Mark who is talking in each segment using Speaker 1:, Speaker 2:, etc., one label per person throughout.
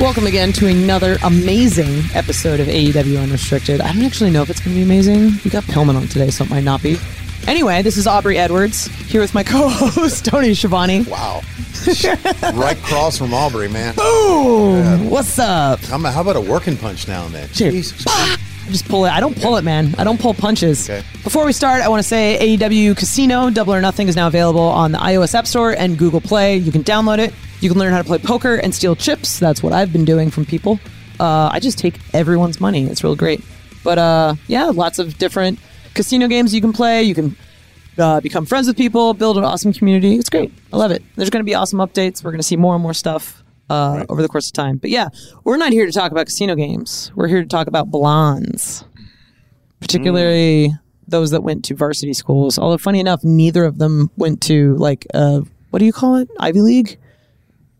Speaker 1: Welcome again to another amazing episode of AEW Unrestricted. I don't actually know if it's going to be amazing. We got Pillman on today, so it might not be. Anyway, this is Aubrey Edwards here with my co-host Tony Schiavone.
Speaker 2: Wow. right across from Aubrey, man.
Speaker 1: Boom! What's up?
Speaker 2: How about, how about a working punch now and then?
Speaker 1: Dude.
Speaker 2: Jesus.
Speaker 1: I just pull it. I don't pull it, man. I don't pull punches.
Speaker 2: Okay.
Speaker 1: Before we start, I want to say AEW Casino Double or Nothing is now available on the iOS App Store and Google Play. You can download it. You can learn how to play poker and steal chips. That's what I've been doing from people. Uh, I just take everyone's money. It's real great. But uh, yeah, lots of different casino games you can play. You can uh, become friends with people, build an awesome community. It's great. I love it. There's going to be awesome updates. We're going to see more and more stuff uh, over the course of time. But yeah, we're not here to talk about casino games. We're here to talk about blondes, particularly
Speaker 3: Mm.
Speaker 1: those that went to varsity schools. Although, funny enough, neither of them went to like uh, what do you call it? Ivy League.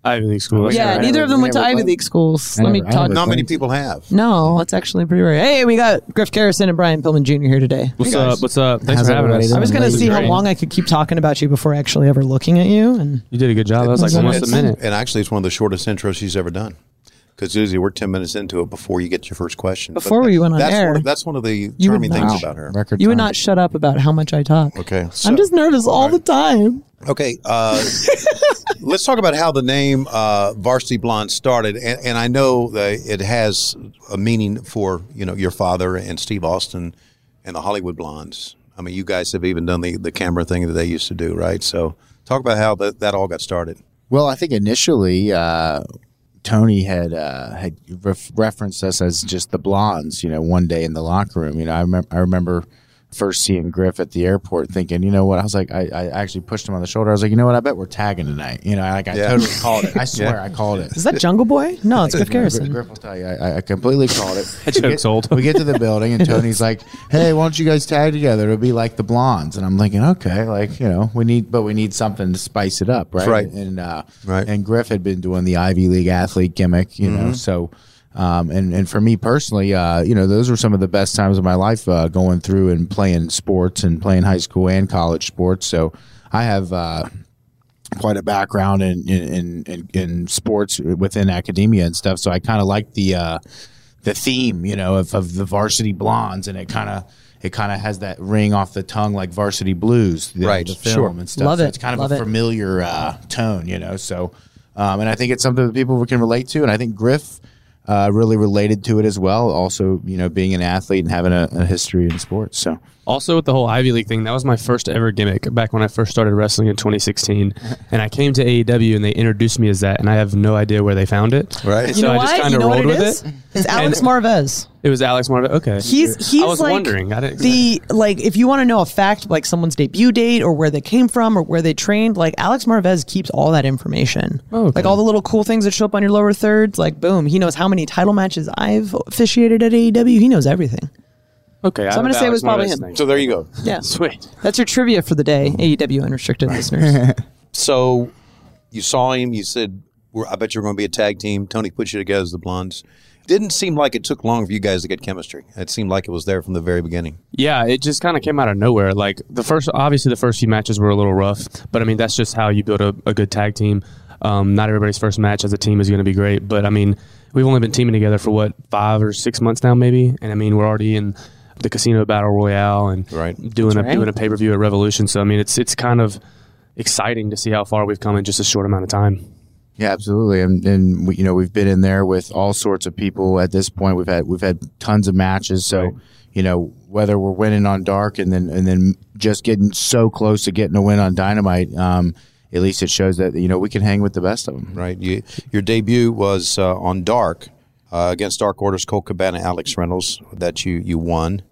Speaker 4: Ivy League school.
Speaker 1: Oh, Yeah, neither of them went to Ivy League schools. Let me
Speaker 3: never- I
Speaker 1: talk.
Speaker 3: never-
Speaker 2: Not many people have.
Speaker 1: No, it's actually pretty rare. Hey, we got Griff Garrison and Brian Pillman Jr. here today.
Speaker 4: What's up? What's up? Thanks
Speaker 3: How's
Speaker 4: for having
Speaker 3: everybody
Speaker 4: us.
Speaker 3: doing?
Speaker 1: I was gonna
Speaker 3: Amazing.
Speaker 1: see how long I could keep talking about you before actually ever looking at you, and
Speaker 4: You did a good job. That was like almost a
Speaker 2: It's-
Speaker 4: minute.
Speaker 2: And actually, it's one of the shortest intros she's ever done. Because usually we're 10 minutes into it before you get your first question. But
Speaker 1: Before we went on
Speaker 2: that's
Speaker 1: air.
Speaker 2: One of, that's one of the
Speaker 1: You would
Speaker 2: charming
Speaker 1: not.
Speaker 2: things
Speaker 1: Wow.
Speaker 2: about her.
Speaker 3: Record
Speaker 1: you would
Speaker 3: time.
Speaker 1: not shut up about how much I talk.
Speaker 2: Okay. so-
Speaker 1: I'm just nervous all the time.
Speaker 2: Okay, uh, let's talk about how the name uh, Varsity Blonde started, and, and I know that it has a meaning for you know your father and Steve Austin and the Hollywood Blondes. I mean, you guys have even done the, the camera thing that they used to do, right? So, talk about how that, that all got started.
Speaker 3: Well, I think initially uh, Tony had uh, had ref- referenced us as just the blondes. You know, one day in the locker room. You know, I remember I remember first seeing Griff at the airport, thinking, you know what? I was like, I, I actually pushed him on the shoulder. I was like, you know what? I bet we're tagging tonight. You know, like I
Speaker 2: Yeah.
Speaker 3: totally called it. I swear, I called it.
Speaker 1: Is that Jungle Boy? No, it's Griff Garrison.
Speaker 3: Griff will tell you. I, I completely called it.
Speaker 4: That joke's old.
Speaker 3: We get to the building and Tony's like, "Hey, why don't you guys tag together? It'll be like the blondes." And I'm thinking, okay, like you know, we need, but we need something to spice it up, right?
Speaker 2: Right.
Speaker 3: And uh,
Speaker 2: Right. Mm-hmm.
Speaker 3: And Griff had been doing the Ivy League athlete gimmick, you know, so. Um, and, and for me personally, uh, you know, those were some of the best times of my life uh, going through and playing sports and playing high school and college sports. So I have uh, quite a background in in, in, in sports within academia and stuff. So I kind of like the uh, the theme, you know, of, of the varsity blondes, and it kind of it kind of has that ring off the tongue like varsity blues, the,
Speaker 2: Right,
Speaker 3: The film
Speaker 2: sure.
Speaker 3: and stuff.
Speaker 1: Love
Speaker 3: So
Speaker 1: it,
Speaker 3: It's kind of
Speaker 1: love
Speaker 3: a
Speaker 1: it.
Speaker 3: familiar uh, tone, you know. So, um, and I think it's something that people can relate to, and I think Griff. Uh, really related to it as well. Also, you know, being an athlete and having a, a history in sports. So,
Speaker 4: Also, with the whole Ivy League thing, that was my first ever gimmick back when I first started wrestling in 2016. And I came to AEW and they introduced me as that, and I have no idea where they found it.
Speaker 2: Right.
Speaker 4: And
Speaker 1: You
Speaker 4: so
Speaker 1: know
Speaker 4: I just
Speaker 1: what?
Speaker 4: kind
Speaker 1: You
Speaker 4: of
Speaker 1: know what
Speaker 4: rolled
Speaker 1: it
Speaker 4: with
Speaker 1: is?
Speaker 4: it.
Speaker 1: It's Alex
Speaker 4: And-
Speaker 1: Marvez.
Speaker 4: It was Alex Marvin. Okay.
Speaker 1: He's he's
Speaker 4: I was
Speaker 1: like
Speaker 4: wondering. I didn't.
Speaker 1: the like if you want to know a fact like someone's debut date or where they came from or where they trained, like Alex Marvez keeps all that information.
Speaker 4: Oh, okay.
Speaker 1: Like all the little cool things that show up on your lower thirds, like boom, he knows how many title matches I've officiated at AEW. He knows everything.
Speaker 4: okay. I
Speaker 1: I'm gonna
Speaker 4: have
Speaker 1: say it was
Speaker 4: Alex
Speaker 1: probably
Speaker 4: Marvez
Speaker 1: him.
Speaker 4: thing.
Speaker 2: So there you go.
Speaker 1: Yeah.
Speaker 4: Sweet.
Speaker 1: That's your trivia for the day,
Speaker 2: Mm-hmm.
Speaker 1: AEW unrestricted listeners.
Speaker 2: So you saw him. You said, "We're- "I bet you're going to be a tag team." Tony put you together as the Blondes. Didn't seem like it took long for you guys to get chemistry. It seemed like it was there from the very beginning.
Speaker 4: Yeah, it just kind of came out of nowhere. Like the first, obviously, the first few matches were a little rough, but I mean that's just how you build a, a good tag team. Um, not everybody's first match as a team is going to be great, but I mean we've only been teaming together for what five or six months now, maybe, and I mean we're already in the casino battle royale and
Speaker 2: Right.
Speaker 4: doing a
Speaker 1: right.
Speaker 4: doing a pay per view at Revolution. So I mean, it's it's kind of exciting to see how far we've come in just a short amount of time.
Speaker 3: Yeah, absolutely, and and we, you know we've been in there with all sorts of people at this point. We've had we've had tons of matches, so you know whether we're winning on dark and then and then just getting so close to getting a win on dynamite. Um, at least it shows that you know we can hang with the best of them.
Speaker 2: right? You, your debut was uh, on Dark uh, against Dark Order's Cole Cabana, Alex Reynolds, that you you won,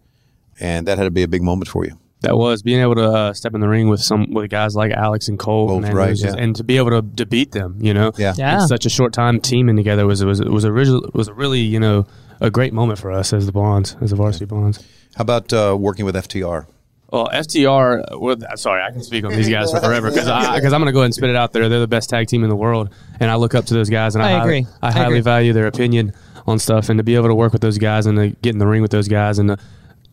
Speaker 2: and that had to be a big moment for you.
Speaker 4: That was being able to uh, step in the ring with some with guys like Alex and Cole,
Speaker 2: Both
Speaker 4: man, it
Speaker 2: right,
Speaker 4: was just-
Speaker 2: yeah.
Speaker 4: and to be able to, to beat them, you know,
Speaker 2: Yeah.
Speaker 1: Yeah.
Speaker 4: in such a short time teaming together was was was a original was a really you know a great moment for us as the Blondes, as the Varsity Blondes.
Speaker 2: How about uh, working with FTR?
Speaker 4: Well, FTR. Well, th- sorry, I can speak on these guys for forever because because I'm going to go ahead and spit it out there. They're the best tag team in the world, and I look up to those guys, and I,
Speaker 1: I
Speaker 4: highly-
Speaker 1: agree.
Speaker 4: I
Speaker 1: I
Speaker 4: highly
Speaker 1: agree.
Speaker 4: value their opinion on stuff, and to be able to work with those guys and to get in the ring with those guys and to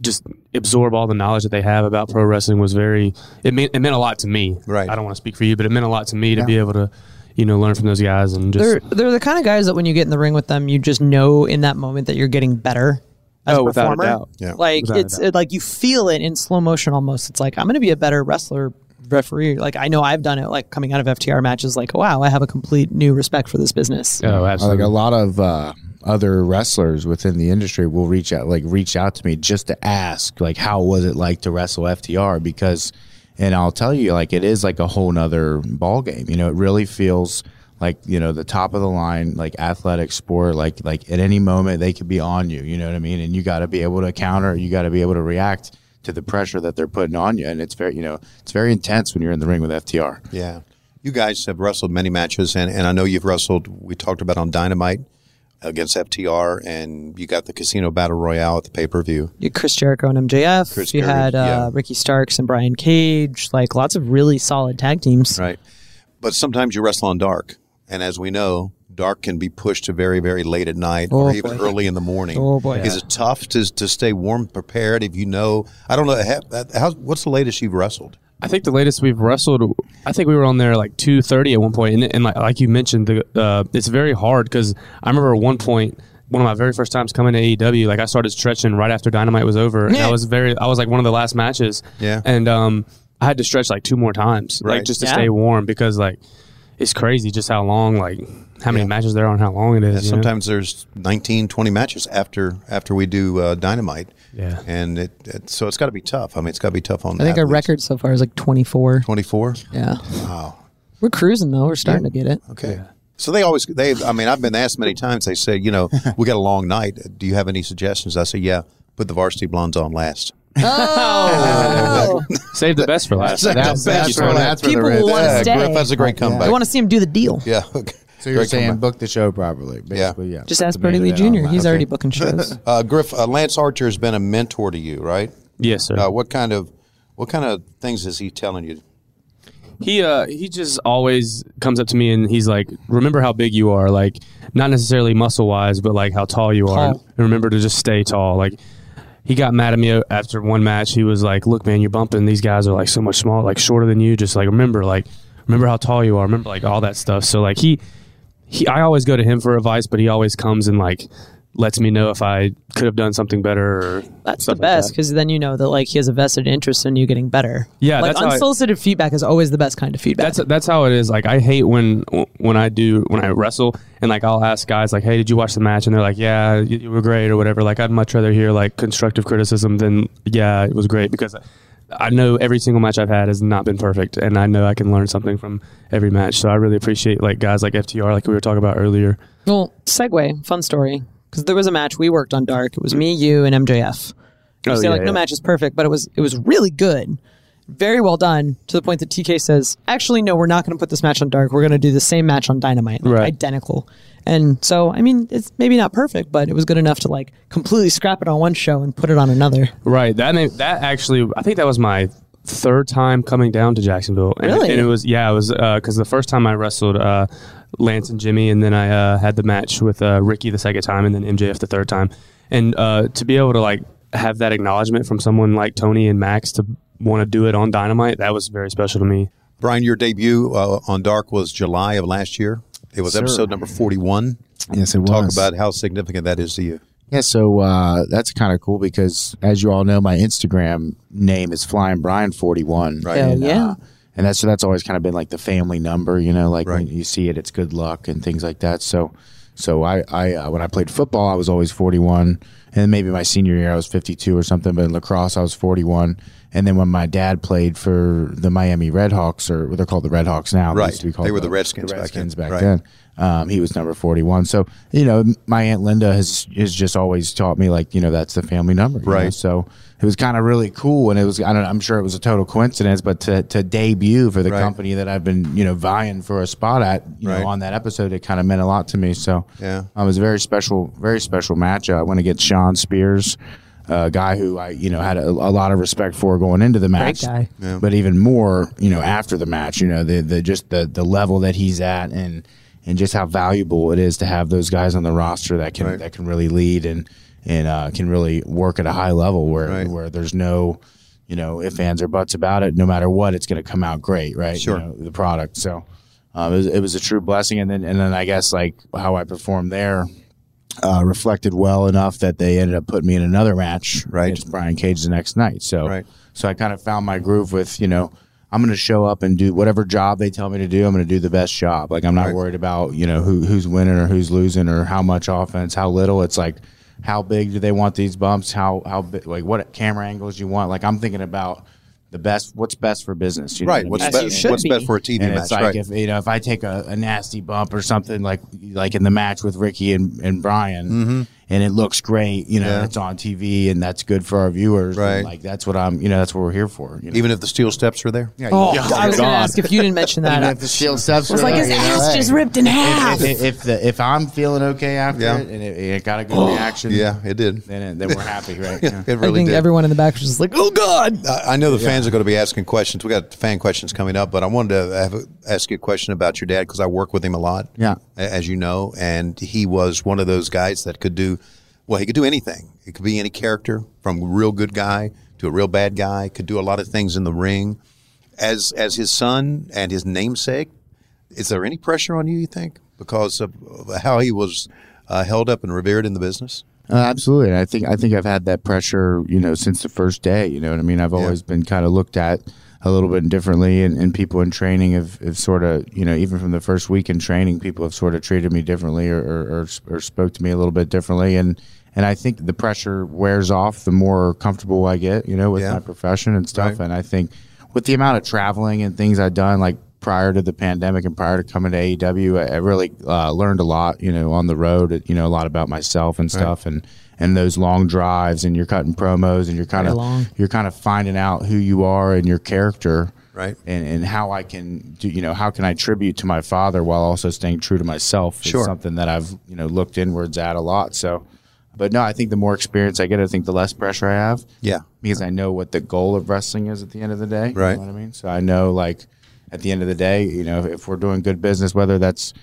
Speaker 4: just absorb all the knowledge that they have about pro wrestling was very. It meant it meant a lot to me.
Speaker 2: Right.
Speaker 4: I don't want to speak for you, but it meant a lot to me to be able to, you know, learn from those guys and just
Speaker 1: They're they're the kind of guys that when you get in the ring with them, you just know in that moment that you're getting better. As a
Speaker 4: Oh, without a
Speaker 1: performer.
Speaker 4: doubt.
Speaker 2: Yeah.
Speaker 1: Like
Speaker 4: Without a
Speaker 1: it's it, like you feel it in slow motion almost. It's like I'm going to be a better wrestler referee. Like I know I've done it. Like coming out of FTR matches, like wow, I have a complete new respect for this business.
Speaker 4: oh,
Speaker 3: Like
Speaker 4: absolutely.
Speaker 3: a lot of uh, other wrestlers within the industry will reach out, like reach out to me just to ask, like, how was it like to wrestle FTR? Because, and I'll tell you, like, it is like a whole nother ball game. You know, it really feels like you know the top of the line, like athletic sport. Like, like at any moment they could be on you. You know what I mean? And you got to be able to counter. You got to be able to react to the pressure that they're putting on you. And it's very, you know, it's very intense when you're in the ring with FTR.
Speaker 2: Yeah, you guys have wrestled many matches, and, and I know you've wrestled. We talked about on Dynamite against FTR, and you got the Casino Battle Royale at the pay per view.
Speaker 1: You had Chris Jericho and MJF.
Speaker 2: Chris
Speaker 1: you
Speaker 2: Jericho,
Speaker 1: had uh,
Speaker 2: yeah.
Speaker 1: Ricky Starks and Brian Cage. Like lots of really solid tag teams.
Speaker 2: Right. But sometimes you wrestle on dark. And as we know, dark can be pushed to very, very late at night or
Speaker 1: Oh,
Speaker 2: even
Speaker 1: boy.
Speaker 2: early in the morning.
Speaker 1: Oh, boy.
Speaker 2: Is it tough to, to stay warm, prepared if you know? I don't know. ha- uh, How, what's the latest you've wrestled?
Speaker 4: I think the latest we've wrestled, I think we were on there like two thirty at one point, and, and like, like you mentioned, the uh, it's very hard because I remember at one point, one of my very first times coming to AEW, like I started stretching right after Dynamite was over, and I was very, I was like one of the last matches,
Speaker 2: Yeah.
Speaker 4: and um, I had to stretch like two more times,
Speaker 2: Right.
Speaker 4: like just to
Speaker 1: Yeah.
Speaker 4: stay warm because like it's crazy just how long, like how many matches there are and how long it is. you know?
Speaker 2: Sometimes there's 19, 20 matches after after we do uh, Dynamite.
Speaker 4: Yeah.
Speaker 2: And it, it so it's got to be tough. I mean, it's got to be tough on
Speaker 1: I think our
Speaker 2: athletes.
Speaker 1: record so far is like 24.
Speaker 2: 24.
Speaker 1: Yeah,
Speaker 2: Wow.
Speaker 1: we're cruising though. We're starting to get it.
Speaker 2: Okay. So they always they I mean I've been asked many times they say you know we got a long night do you have any suggestions I say yeah put the varsity blondes on last
Speaker 1: Oh.
Speaker 4: Save the best for last.
Speaker 2: Save the best
Speaker 4: That's- that's
Speaker 2: for
Speaker 4: what I-
Speaker 2: last.
Speaker 1: People
Speaker 3: That's
Speaker 1: will want
Speaker 2: Yeah,
Speaker 1: to stay.
Speaker 2: Griff, that's a great comeback
Speaker 1: I want to see him do the deal.
Speaker 2: yeah okay.
Speaker 3: So you're
Speaker 2: Great
Speaker 3: saying
Speaker 2: comeback.
Speaker 3: book the show properly, basically, yeah.
Speaker 1: Just ask
Speaker 3: The
Speaker 1: Bernie
Speaker 3: main
Speaker 1: Lee
Speaker 3: event
Speaker 1: Jr.
Speaker 3: on
Speaker 1: He's
Speaker 3: that.
Speaker 1: already booking shows.
Speaker 2: uh, Griff uh, Lance Archer has been a mentor to you right
Speaker 4: yes, sir.
Speaker 2: uh, what kind of what kind of things is he telling you
Speaker 4: He uh he just always comes up to me and he's like, "Remember how big you are, like not necessarily muscle wise, but like how tall you are, and
Speaker 1: Tall.
Speaker 4: remember to just stay tall." Like he got mad at me after one match. He was like, "Look, man, you're bumping. These guys are like so much smaller, like shorter than you. Just like remember, like remember how tall you are. Remember like all that stuff." So like he he I always go to him for advice, but he always comes and like lets me know if I could have done something better. Or
Speaker 1: That's the
Speaker 4: stuff like
Speaker 1: best
Speaker 4: that.
Speaker 1: because then you know that like he has a vested interest in you getting better.
Speaker 4: Yeah,
Speaker 1: like
Speaker 4: that's how I-
Speaker 1: unsolicited feedback is always the best kind of feedback.
Speaker 4: That's that's how it is. Like I hate when when I do when I wrestle and like I'll ask guys like, "Hey, did you watch the match?" And they're like, "Yeah, you, you were great" or whatever. Like I'd much rather hear like constructive criticism than "Yeah, it was great" because I know every single match I've had has not been perfect, and I know I can learn something from every match. So I really appreciate like guys like FTR, like we were talking about earlier.
Speaker 1: well, segue, fun story because there was a match we worked on Dark. It was me, you, and MJF. You
Speaker 4: Oh,
Speaker 1: say
Speaker 4: yeah,
Speaker 1: like no
Speaker 4: yeah.
Speaker 1: match is perfect, but it was it was really good, very well done to the point that TK says, actually no, we're not going to put this match on Dark. We're going to do the same match on Dynamite, like,
Speaker 4: Right.
Speaker 1: identical. And so I mean, it's maybe not perfect, but it was good enough to like completely scrap it on one show and put it on another.
Speaker 4: Right. That made, that actually, I think that was my third time coming down to Jacksonville. And,
Speaker 1: Really?
Speaker 4: And it was yeah, it was because the first time I wrestled uh, Lance and Jimmy, and then I uh, had the match with uh, Ricky the second time, and then MJF the third time. And uh, to be able to like have that acknowledgement from someone like Tony and Max to want to do it on Dynamite, that was very special to me.
Speaker 2: Brian your debut uh, on Dark was July of last year it was episode number forty one
Speaker 3: Yes, it
Speaker 2: talk
Speaker 3: was.
Speaker 2: about how significant that is to you
Speaker 3: Yeah, so uh, that's kind of cool because, as you all know, my Instagram name is Flying Brian Forty One.
Speaker 2: Right.
Speaker 1: Hell
Speaker 3: And, uh,
Speaker 1: yeah.
Speaker 3: and that's so that's always kind of been like the family number, you know, like
Speaker 2: Right.
Speaker 3: when you see it, it's good luck and things like that. So, so I, I uh, when I played football, I was always forty one, and then maybe my senior year I was fifty two or something. But in lacrosse, I was forty one, and then when my dad played for the Miami Redhawks, or what they're called the Redhawks now,
Speaker 2: Right.
Speaker 3: used to be called
Speaker 2: They were the Redskins
Speaker 3: the
Speaker 2: back then.
Speaker 3: Redskins back,
Speaker 2: Right.
Speaker 3: then. Um, he was number forty-one. So you know, my aunt Linda has has just always taught me like you know that's the family number, you know?
Speaker 2: Right.
Speaker 3: So it was kind of really cool, and it was I don't know, I'm sure it was a total coincidence, but to to debut for the
Speaker 2: Right.
Speaker 3: company that I've been you know vying for a spot at you
Speaker 2: Right.
Speaker 3: know on that episode, it kind of meant a lot to me. So
Speaker 2: Yeah.
Speaker 3: um, it was a very special, very special matchup. I went against Sean Spears. A guy who I, you know, had a, a lot of respect for going into the match,
Speaker 1: guy.
Speaker 3: but even more, you know, after the match, you know, the the just the the level that he's at and and just how valuable it is to have those guys on the roster that can
Speaker 2: Right.
Speaker 3: that can really lead and and uh, can really work at a high level where
Speaker 2: Right.
Speaker 3: where there's no you know if fans or buts about it no matter what it's going to come out great right
Speaker 2: Sure.
Speaker 3: you know, the product so um, it, was, it was a true blessing and then and then I guess like how I performed there uh, reflected well enough that they ended up putting me in another match
Speaker 2: Right.
Speaker 3: against Brian Cage the next night. So
Speaker 2: Right.
Speaker 3: so I kind of found my groove with you know I'm going to show up and do whatever job they tell me to do. I'm going to do the best job. Like I'm not
Speaker 2: Right.
Speaker 3: worried about you know who who's winning or who's losing or how much offense, how little. It's like how big do they want these bumps? How how big, like what camera angles you want? Like I'm thinking about the best. What's best for business? You know
Speaker 2: Right.
Speaker 3: what I
Speaker 2: What's
Speaker 3: mean?
Speaker 1: you
Speaker 2: best?
Speaker 1: should
Speaker 2: What's
Speaker 1: be.
Speaker 2: best for a TV
Speaker 3: and
Speaker 2: match?
Speaker 3: it's like
Speaker 2: right.
Speaker 3: if you know if I take a, a nasty bump or something like like in the match with Ricky and, and Brian and it looks great, you know,
Speaker 2: Mm-hmm. Yeah.
Speaker 3: it's on TV and that's good for our viewers. and,
Speaker 2: Right.
Speaker 3: like that's what I'm you know, that's what we're here for. You know?
Speaker 2: Even if the steel steps are there. Yeah.
Speaker 1: Oh,
Speaker 3: Yeah,
Speaker 1: I was going to
Speaker 3: God.
Speaker 1: ask if you didn't mention that.
Speaker 3: Even if the shield steps
Speaker 1: I was
Speaker 3: are
Speaker 1: like,
Speaker 3: there,
Speaker 1: his
Speaker 3: you know,
Speaker 1: ass
Speaker 3: hey.
Speaker 1: just ripped in half.
Speaker 3: if, if, if the if I'm feeling okay after
Speaker 2: Yeah.
Speaker 3: it and it, it got a good reaction,
Speaker 2: Yeah, it did.
Speaker 3: then it, then we're happy, right? Yeah.
Speaker 2: It
Speaker 1: I
Speaker 2: really
Speaker 1: think
Speaker 2: did.
Speaker 1: everyone in the back was just like, oh, God.
Speaker 2: I I know the fans are going to be asking questions. We got fan questions coming up, but I wanted to have a, ask you a question about your dad because I work with him a lot.
Speaker 3: Yeah.
Speaker 2: a- as you know, and he was one of those guys that could do well. He could do anything. It could be any character, from a real good guy to a real bad guy. Could do a lot of things in the ring. As as his son and his namesake, is there any pressure on you? You think because of of how he was uh, held up and revered in the business?
Speaker 3: Uh, absolutely. And I think I think I've had that pressure, you know, since the first day. You know what I mean? I've always been kind of looked at a little bit differently, and, and people in training have, have sort of, you know, even from the first week in training, people have sort of treated me differently or, or, or, or spoke to me a little bit differently. And and I think the pressure wears off the more comfortable I get, you know, with
Speaker 2: Yeah.
Speaker 3: my profession and stuff. And I think with the amount of traveling and things I've done, like prior to the pandemic and prior to coming to AEW, I, I really uh, learned a lot, you know, on the road, you know, a lot about myself and stuff and, and those long drives and you're cutting promos and you're kind
Speaker 1: Very long.
Speaker 3: of, you're kind of finding out who you are and your character.
Speaker 2: Right.
Speaker 3: And, and how I can do, you know, how can I tribute to my father while also staying true to myself is
Speaker 2: Sure.
Speaker 3: something that I've, you know, looked inwards at a lot. So, but no, I think the more experience I get, I think the less pressure I have
Speaker 2: Yeah.
Speaker 3: because I know what the goal of wrestling is at the end of the day. You
Speaker 2: Right.
Speaker 3: know what I mean? So I know, like, at the end of the day, you know, if, if we're doing good business, whether that's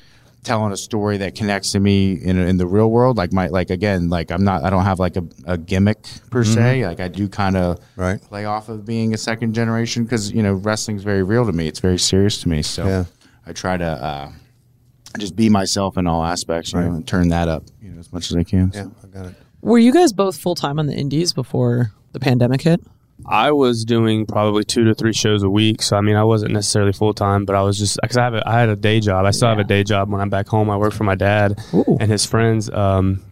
Speaker 3: telling a story that connects to me in, in the real world, like my, like again, like I'm not, I don't have like a, a gimmick per se. Like I do kind of
Speaker 2: Mm-hmm. Right.
Speaker 3: play off of being a second generation because you know wrestling's very real to me. It's very serious to me. So
Speaker 2: Yeah.
Speaker 3: I try to uh, just be myself in all aspects, you know, and turn that up, you know, as much as I can. So.
Speaker 2: I got it.
Speaker 1: Were you guys both full time on the indies before the pandemic hit?
Speaker 4: I was doing probably two to three shows a week. So I mean, I wasn't necessarily full time, but I was just because I have a, I had a day job. I still have a day job when I'm back home. I work for my dad and his friends um,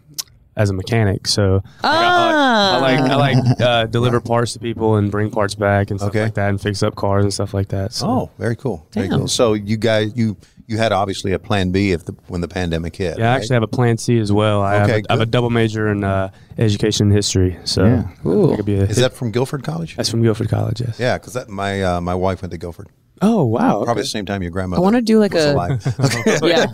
Speaker 4: as a mechanic. So I, like, I like I like uh, deliver parts to people and bring parts back and stuff
Speaker 2: Okay.
Speaker 4: like that and fix up cars and stuff like that. So.
Speaker 2: Oh, very cool. Very cool. So you guys, you you had obviously a plan B if the when the pandemic hit.
Speaker 4: Yeah, I actually have a plan C as well. I, have,
Speaker 2: Okay,
Speaker 4: a, I have a
Speaker 2: good.
Speaker 4: double major in uh, education and history. So
Speaker 3: Yeah.
Speaker 4: that could be a-
Speaker 2: Is that from Guilford College?
Speaker 4: that's from Guilford College, yes.
Speaker 2: Yeah, because my uh, my wife went to Guilford.
Speaker 4: Oh, wow.
Speaker 2: Probably the same time your grandmother.
Speaker 1: I want to do like
Speaker 2: was
Speaker 1: a
Speaker 2: alive.
Speaker 1: yeah.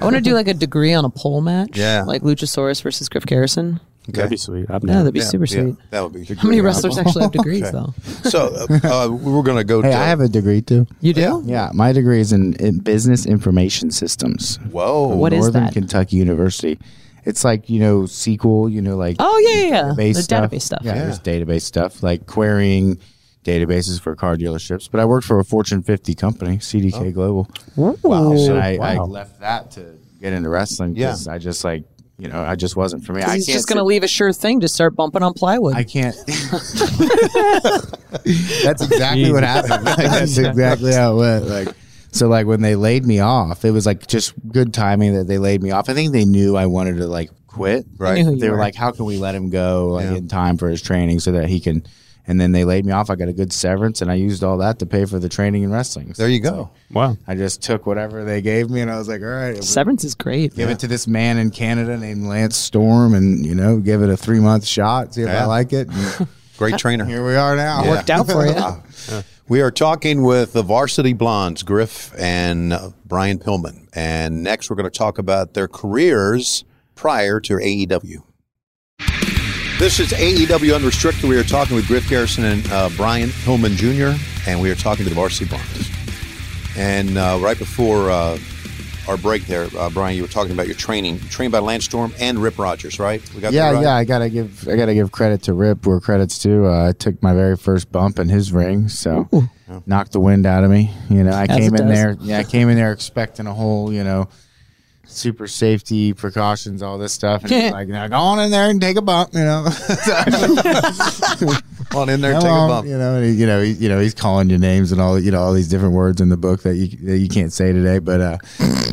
Speaker 1: I want to do like a degree on a pole match.
Speaker 2: Yeah.
Speaker 1: like Luchasaurus versus Griff Garrison.
Speaker 4: That'd be sweet. I've
Speaker 1: Yeah,
Speaker 4: never-
Speaker 1: that'd be
Speaker 2: Yeah,
Speaker 1: super
Speaker 2: yeah,
Speaker 1: sweet.
Speaker 2: that would be.
Speaker 1: How many wrestlers actually have degrees though?
Speaker 2: So uh, uh, we were going to go.
Speaker 3: Hey,
Speaker 2: to,
Speaker 3: I have a degree too.
Speaker 1: You do?
Speaker 3: Yeah, my degree is in, in business information systems.
Speaker 2: Whoa.
Speaker 1: What is
Speaker 3: Northern
Speaker 1: that?
Speaker 3: Kentucky University. It's like you know SQL, you know like
Speaker 1: Oh yeah, yeah, yeah.
Speaker 3: database
Speaker 1: the
Speaker 3: stuff.
Speaker 1: database stuff.
Speaker 3: Yeah, there's database stuff like querying databases for car dealerships. But I worked for a Fortune 50 company, CDK Global.
Speaker 1: Wow.
Speaker 3: And I, I left that to get into wrestling
Speaker 2: Yeah.
Speaker 3: because I just like you know, I just wasn't for me.
Speaker 1: 'Cause
Speaker 3: I
Speaker 1: He's
Speaker 3: can't
Speaker 1: just going
Speaker 3: sit-
Speaker 1: to leave a sure thing to start bumping on plywood.
Speaker 3: I can't. Um, That's exactly what happened. Like, that's exactly how it went. Like, so like when they laid me off, it was like just good timing that they laid me off. I think they knew I wanted to like quit.
Speaker 2: Right. They knew
Speaker 1: who you
Speaker 3: They were
Speaker 1: were.
Speaker 3: like, how can we let him go like,
Speaker 2: Yeah.
Speaker 3: in time for his training so that he can. And then they laid me off. I got a good severance, and I used all that to pay for the training and wrestling. So
Speaker 2: There you go.
Speaker 4: Wow.
Speaker 3: I just took whatever they gave me, and I was like, all right, if we
Speaker 1: Severance is great.
Speaker 3: give it to this man in Canada named Lance Storm, and you know, give it a three month shot, see if
Speaker 2: Yeah.
Speaker 3: I like it. And
Speaker 2: Great trainer.
Speaker 3: here we are now.
Speaker 2: Yeah. Worked
Speaker 1: Down for you.
Speaker 2: We are talking with the Varsity Blondes, Griff and uh, Brian Pillman. And next, we're going to talk about their careers prior to AEW. This is AEW Unrestricted. We are talking with Griff Garrison and uh, Brian Pillman Jr., and we are talking to the Varsity Blondes. And uh, right before uh, our break there, uh, Brian, you were talking about your training, trained by Lance Storm and Rip Rogers, right? We got
Speaker 3: yeah,
Speaker 2: that right?
Speaker 3: yeah. I gotta give I gotta give credit to Rip where credits due. Uh, I took my very first bump in his ring, so knocked the wind out of me. You know, I
Speaker 1: As
Speaker 3: came
Speaker 1: it
Speaker 3: in
Speaker 1: does.
Speaker 3: there. Yeah, I came in there expecting a whole you know super safety precautions, all this stuff. And he's like, now go on in there and take a bump. You know,
Speaker 2: Come on in there and
Speaker 3: Come
Speaker 2: take
Speaker 3: on,
Speaker 2: a bump.
Speaker 3: You know, and he, you know, he, you know, he's calling you names and all, you know, all these different words in the book that you that you can't say today. But uh,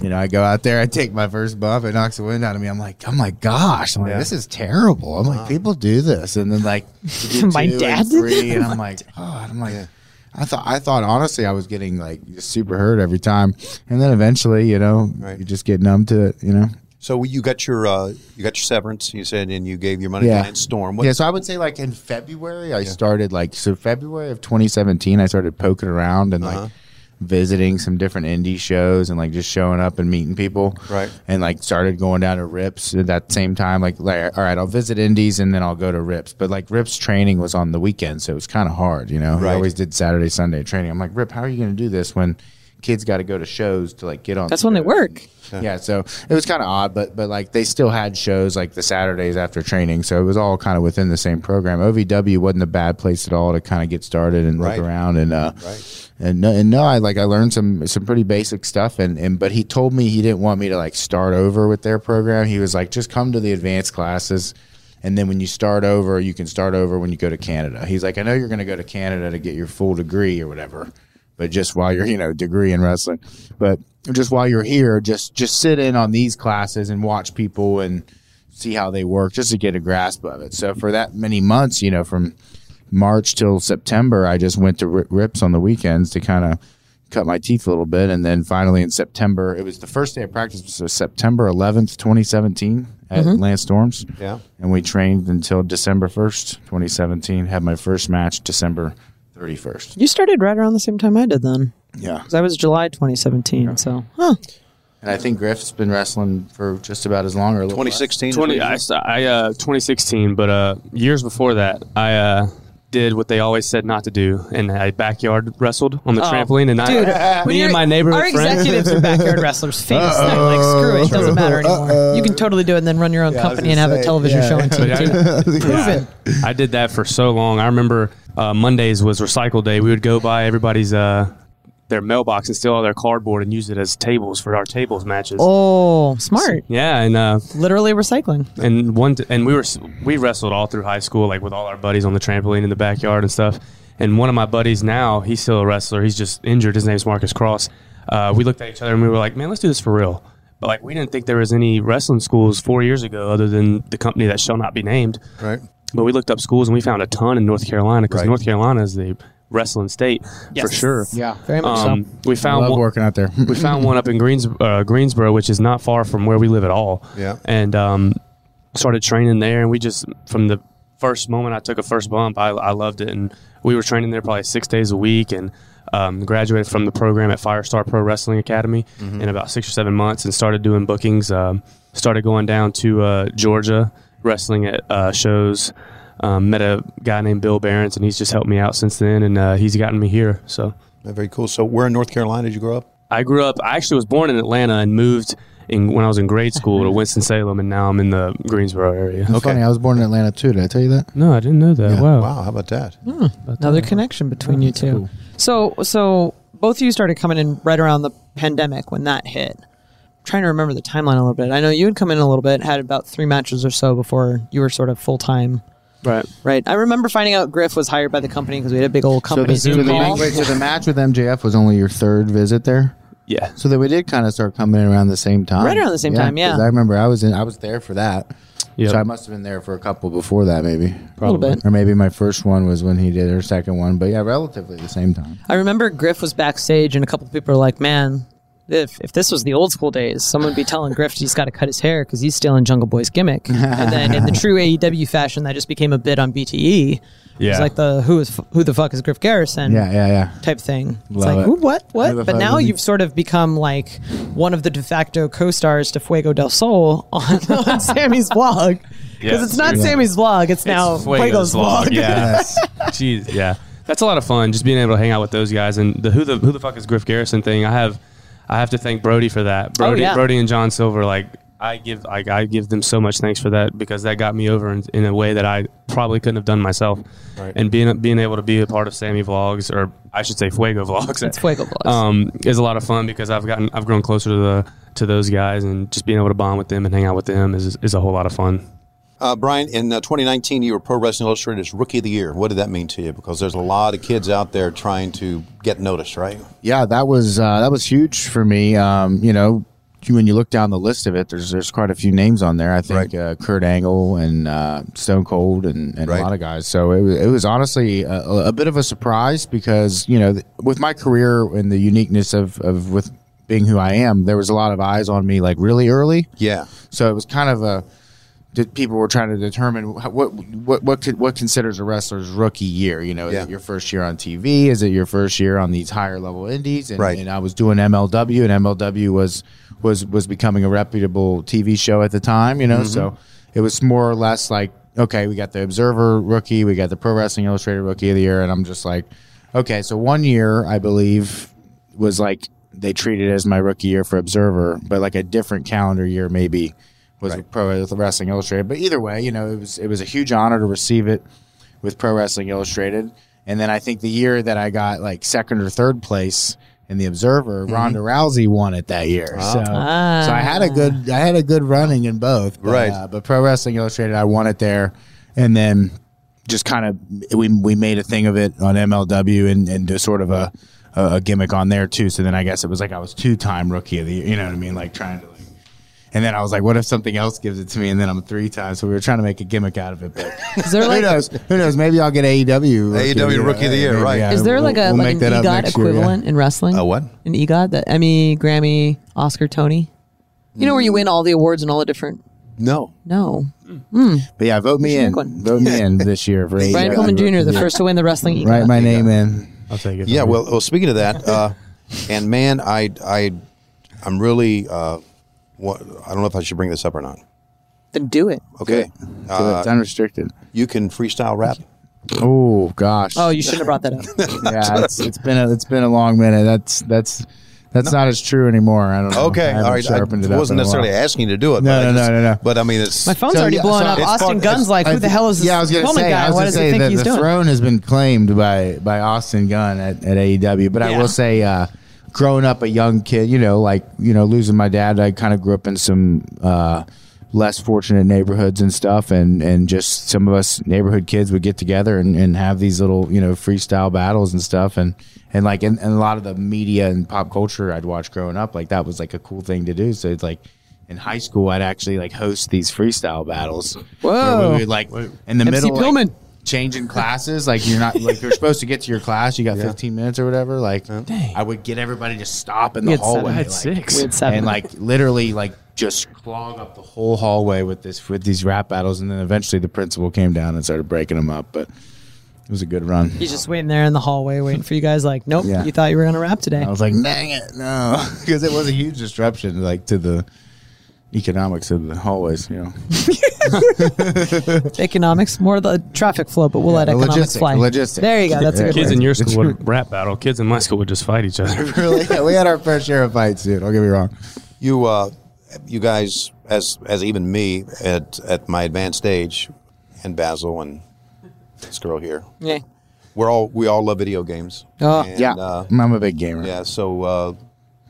Speaker 3: you know, I go out there, I take my first bump, it knocks the wind out of me. I'm like, oh my gosh, I'm like, this is terrible. I'm
Speaker 2: Uh-huh.
Speaker 3: like, people do this, and then like, you get
Speaker 1: My
Speaker 3: two and
Speaker 1: dad did
Speaker 3: three, and I'm like, oh, and I'm like. I thought I thought honestly I was getting like super hurt every time, and then eventually you know
Speaker 2: Right.
Speaker 3: you just get numb to it, you know.
Speaker 2: So you got your uh, you got your severance. You said, and you gave your money to Lance Storm. What,
Speaker 3: Yeah, so I would say like in February I started like so February of 2017 I started poking around and
Speaker 2: Uh-huh.
Speaker 3: like visiting some different indie shows and like just showing up and meeting people.
Speaker 2: Right.
Speaker 3: And like started going down to Rips at that same time like like all right, I'll visit indies and then I'll go to Rips. But like Rips training was on the weekend, so it was kind of hard, you know.
Speaker 2: Right.
Speaker 3: I always did Saturday Sunday training. I'm like, "Rip, how are you going to do this when kids got to go to shows to like get on
Speaker 1: That's when they
Speaker 3: shows?"
Speaker 1: work.
Speaker 3: Yeah. so it was kind of odd, but but like they still had shows like the Saturdays after training, so it was all kind of within the same program. OVW wasn't a bad place at all to kind of get started and
Speaker 2: Right.
Speaker 3: look around and uh and no, and no, I like I learned some some pretty basic stuff and and but he told me he didn't want me to like start over with their program. He was like, just come to the advanced classes. And then when you start over, you can start over when you go to Canada. He's like, I know you're going to go to Canada to get your full degree or whatever, but just while you're, you know, degree in wrestling, but just while you're here, just just sit in on these classes and watch people and see how they work, just to get a grasp of it. So for that many months, you know, from March till September, I just went to ri Rips on the weekends to kind of cut my teeth a little bit, and then finally in September, it was the first day of practice, so September 11th, 2017, at Lance Storms.
Speaker 2: Mm-hmm. Yeah.
Speaker 3: and we trained until December 1st, 2017. Had my first match December 31st.
Speaker 1: You started right around the same time I did then.
Speaker 3: Yeah,
Speaker 1: Because I was July 2017. So, huh.
Speaker 3: and I think Griff's been wrestling for just about as long or a little less.
Speaker 2: 2016.
Speaker 4: 20, I, s- I, uh, 2016, but uh, years before that, I uh, did what they always said not to do, and I backyard wrestled on the trampoline. And
Speaker 1: Oh. Dude,
Speaker 4: I,
Speaker 1: when
Speaker 4: me and
Speaker 1: you're-
Speaker 4: my neighborhood
Speaker 1: Our
Speaker 4: friends.
Speaker 1: executives are backyard wrestlers famous. They're like, screw it, it doesn't matter anymore. You can totally do it and then run your own company and have a television show on
Speaker 4: But
Speaker 1: TV.
Speaker 4: I,
Speaker 1: Prove it.
Speaker 4: I did that for so long. I remember uh, Mondays was recycle day. We would go by everybody's uh, their mailbox and steal all their cardboard and use it as tables for our tables matches.
Speaker 1: Oh, smart.
Speaker 4: Yeah, and uh,
Speaker 1: Literally recycling.
Speaker 4: and one t- and we were s- we wrestled all through high school like with all our buddies on the trampoline in the backyard and stuff and one of my buddies now he's still a wrestler he's just injured his name's marcus cross uh, we looked at each other and we were like man let's do this for real but like we didn't think there was any wrestling schools four years ago other than the company that shall not be named
Speaker 2: Right.
Speaker 4: but we looked up schools and we found a ton in north carolina because
Speaker 2: Right.
Speaker 4: north carolina is the wrestling state for sure
Speaker 3: Yeah,
Speaker 1: Very much
Speaker 4: um,
Speaker 1: so.
Speaker 4: we found
Speaker 3: love
Speaker 4: one-
Speaker 3: working out there.
Speaker 4: we found one up in Greens, uh, Greensboro, which is not far from where we live at all.
Speaker 2: Yeah.
Speaker 4: And um, started training there, and we just from the first moment I took a first bump, I, I loved it, and we were training there probably six days a week, and um, graduated from the program at Firestar Pro Wrestling Academy in about six or seven months, and started doing bookings. Um, started going down to uh, Georgia wrestling at uh, shows. Um, met a guy named Bill Barons, and he's just helped me out since then, and uh, he's gotten me here. So
Speaker 2: Very cool. So, where in North Carolina did you grow up?
Speaker 4: I grew up. I actually was born in Atlanta and moved in when I was in grade school to Winston Salem, and now I'm in the Greensboro area.
Speaker 3: It's Funny, I was born in Atlanta too. Did I tell you that?
Speaker 4: No, I didn't know that. wow.
Speaker 2: Wow, how about that?
Speaker 1: Another connection between you two. So, so both of you started coming in right around the pandemic when that hit. trying to remember the timeline a little bit. I know you had come in a little bit, had about three matches or so before you were sort of full time.
Speaker 4: Right.
Speaker 1: Right. I remember finding out Griff was hired by the company because we had a big old
Speaker 3: So
Speaker 1: company
Speaker 3: the, so,
Speaker 1: Zoom
Speaker 3: the,
Speaker 1: call.
Speaker 3: wait, so the match with MJF was only your third visit there.
Speaker 4: Yeah.
Speaker 3: So that we did kind of start coming in around the same time.
Speaker 1: Right around the same time, yeah.
Speaker 3: 'cause I remember I was in. I was there for that.
Speaker 4: Yep.
Speaker 3: So I must have been there for a couple before that, maybe.
Speaker 1: A little bit.
Speaker 3: Or maybe my first one was when he did her second one, but yeah, relatively the same time.
Speaker 1: I remember Griff was backstage, and a couple people were like, "Man, if if this was the old school days, someone would be telling Griff he's got to cut his hair because he's stealing Jungle Boy's gimmick." and then in the true AEW fashion, that just became a bit on BTE.
Speaker 4: Yeah.
Speaker 1: It's like the who is who the fuck is Griff Garrison?
Speaker 3: Yeah, yeah, yeah.
Speaker 1: Type thing. It's
Speaker 3: Love
Speaker 1: like
Speaker 3: it.
Speaker 1: "Who, what
Speaker 3: Who
Speaker 1: what?
Speaker 3: the
Speaker 1: But
Speaker 3: fuck
Speaker 1: now
Speaker 3: is he?
Speaker 1: you've sort of become like one of the de facto co-stars to Fuego del Sol on, on Sammy's vlog because
Speaker 4: Yeah,
Speaker 1: it's not
Speaker 4: seriously.
Speaker 1: Sammy's vlog; it's, now Fuego's, vlog.
Speaker 4: Yeah. Jeez. Yeah. That's a lot of fun. Just being able to hang out with those guys and the who the who the fuck is Griff Garrison thing. I have I have to thank Brody for that. Brody,
Speaker 1: Oh, yeah.
Speaker 4: Brody and John Silver. Like I give I, I give them so much thanks for that because that got me over in, in a way that I probably couldn't have done myself. And being being able to be a part of Sammy Vlogs or I should say Fuego Vlogs.
Speaker 1: It's Fuego vlogs.
Speaker 4: um, is a lot of fun because I've gotten I've grown closer to the to those guys and just being able to bond with them and hang out with them is is a whole lot of fun.
Speaker 2: Uh, Brian, in uh, 2019, you were Pro Wrestling Illustrated's Rookie of the Year. What did that mean to you? Because there's a lot of kids out there trying to get noticed, right?
Speaker 3: yeah, that was uh, that was huge for me. Um, you know, you- when you look down the list of it, there's there's quite a few names on there. I think uh, Kurt Angle and uh, Stone Cold and, and
Speaker 2: Right.
Speaker 3: a lot of guys. So it was, it was honestly a, a bit of a surprise because you know th- with my career and the uniqueness of, of with being who I am, there was a lot of eyes on me like really early.
Speaker 2: Yeah.
Speaker 3: So it was kind of a that people were trying to determine wh- what what what could, what considers a wrestler's rookie year. You know, is
Speaker 2: Yeah.
Speaker 3: it your first year on TV? Is it your first year on these higher level indies? And,
Speaker 2: Right.
Speaker 3: and I was doing MLW, and MLW was was was becoming a reputable TV show at the time. You know, so it was more or less like okay, we got the Observer rookie, we got the Pro Wrestling Illustrated rookie of the year, and I'm just like, okay, so one year I believe was like they treated it as my rookie year for Observer, but like a different calendar year maybe was Pro Wrestling Illustrated. But either way, you know, it was it was a huge honor to receive it with Pro Wrestling Illustrated. And then I think the year that I got like second or third place in the Observer, Ronda Rousey won it that year. So, so I had a good I had a good running in both. But,
Speaker 2: Right.
Speaker 3: uh, but Pro Wrestling Illustrated, I won it there, and then just kind of we we made a thing of it on MLW and and do sort of a a a gimmick on there too. So then I guess it was like I was two time rookie of the year. You know what I mean? Like trying to like. And then I was like, "What if something else gives it to me?" And then I'm three times. So we were trying to make a gimmick out of it. But
Speaker 1: Is there like
Speaker 3: who knows? Who knows? Maybe I'll get E AEW
Speaker 2: AEW E Rookie of the Year,
Speaker 3: Maybe,
Speaker 2: right.
Speaker 3: yeah,
Speaker 1: Is there
Speaker 3: Uh, we'll-
Speaker 1: like a
Speaker 3: we'll
Speaker 1: like
Speaker 3: make that
Speaker 1: an E
Speaker 3: up
Speaker 1: EGOT
Speaker 3: next year, yeah.
Speaker 1: equivalent in wrestling?
Speaker 2: A what?
Speaker 1: An E EGOT, the Emmy, Grammy, Oscar, Tony. You know where you win all the awards and all the different.
Speaker 2: No.
Speaker 1: No,
Speaker 3: But Mm. yeah, vote me in.
Speaker 1: make one.
Speaker 3: Vote me in this year for AEW.
Speaker 1: Brian Pillman Jr., the
Speaker 3: Yeah.
Speaker 1: first to win the wrestling E EGOT.
Speaker 3: Write my name in.
Speaker 4: I'll take it.
Speaker 2: Yeah. Well, well speaking of that, uh, and man, I, I, I'm really, uh, what, I don't know if I should bring this up or not.
Speaker 1: Then do it.
Speaker 2: Okay. Uh,
Speaker 3: So it's unrestricted.
Speaker 2: You can freestyle rap.
Speaker 3: Oh gosh.
Speaker 1: Oh, you shouldn't have brought that up.
Speaker 3: yeah. It's, it's been a it's been a long minute. That's that's that's not as true anymore. I don't know. I
Speaker 2: Okay.
Speaker 3: haven't
Speaker 2: All right. I
Speaker 3: sharpened it up
Speaker 2: wasn't
Speaker 3: in a
Speaker 2: necessarily
Speaker 3: while.
Speaker 2: asking you to do it.
Speaker 3: No,
Speaker 2: but I
Speaker 3: no, no,
Speaker 2: just-
Speaker 3: no, no.
Speaker 2: But I mean, it's.
Speaker 1: My phone's
Speaker 3: So,
Speaker 1: already
Speaker 3: yeah,
Speaker 1: blowing
Speaker 3: so
Speaker 1: up.
Speaker 3: it's
Speaker 1: Austin
Speaker 2: part-
Speaker 1: Gunn's like,
Speaker 3: I
Speaker 1: who the
Speaker 3: thi-
Speaker 1: hell is this
Speaker 3: Yeah, I was gonna
Speaker 1: Pillman
Speaker 3: say. I
Speaker 1: guy? What
Speaker 3: was gonna
Speaker 1: does he
Speaker 3: say
Speaker 1: think
Speaker 3: that
Speaker 1: he's
Speaker 3: the
Speaker 1: doing?
Speaker 3: throne has been claimed by by Austin Gunn at, at AEW. But
Speaker 1: Yeah.
Speaker 3: I will say, uh, growing up a young kid, you know, like you know, losing my dad, I kind of grew up in some uh, less fortunate neighborhoods and stuff, and and just some of us neighborhood kids would get together and, and have these little you know freestyle battles and stuff, and and like and, and a lot of the media and pop culture I'd watch growing up, like that was like a cool thing to do. So it's like. In high school, I'd actually like host these freestyle battles. Where
Speaker 1: Whoa.
Speaker 3: we would like in the
Speaker 1: MC
Speaker 3: middle, like,
Speaker 1: Pillman.
Speaker 3: changing classes. Like you're not like you're supposed to get to your class. You got 15 minutes or whatever. Like I would get everybody to stop in the
Speaker 1: We had seven.
Speaker 3: hallway.
Speaker 1: I had
Speaker 3: like,
Speaker 4: six.
Speaker 1: We had seven.
Speaker 3: And like literally like just clog up the whole hallway with this with these rap battles. And then eventually the principal came down and started breaking them up. But it was a good run.
Speaker 1: He's just waiting there in the hallway, waiting for you guys. Like, nope,
Speaker 3: Yeah.
Speaker 1: you thought you were gonna rap today.
Speaker 3: I was like, dang it, no, because it was a huge disruption like to the economics of the hallways. You know,
Speaker 1: Economics, more of the traffic flow, but we'll let
Speaker 3: the
Speaker 1: economics
Speaker 3: logistics,
Speaker 1: fly.
Speaker 3: the logistics.
Speaker 1: There you go. That's a good.
Speaker 4: Kids
Speaker 1: word.
Speaker 4: in your school would rap battle. Kids in my school would just fight each other.
Speaker 3: really, we had our fair share of fights, dude. Don't get me wrong.
Speaker 2: you uh, you guys as as even me at at my advanced age and Basil and this girl here
Speaker 1: Yeah.
Speaker 2: we're all we all love video games
Speaker 1: Oh,
Speaker 2: And,
Speaker 3: Yeah,
Speaker 2: uh,
Speaker 3: I'm a big gamer.
Speaker 2: yeah so uh,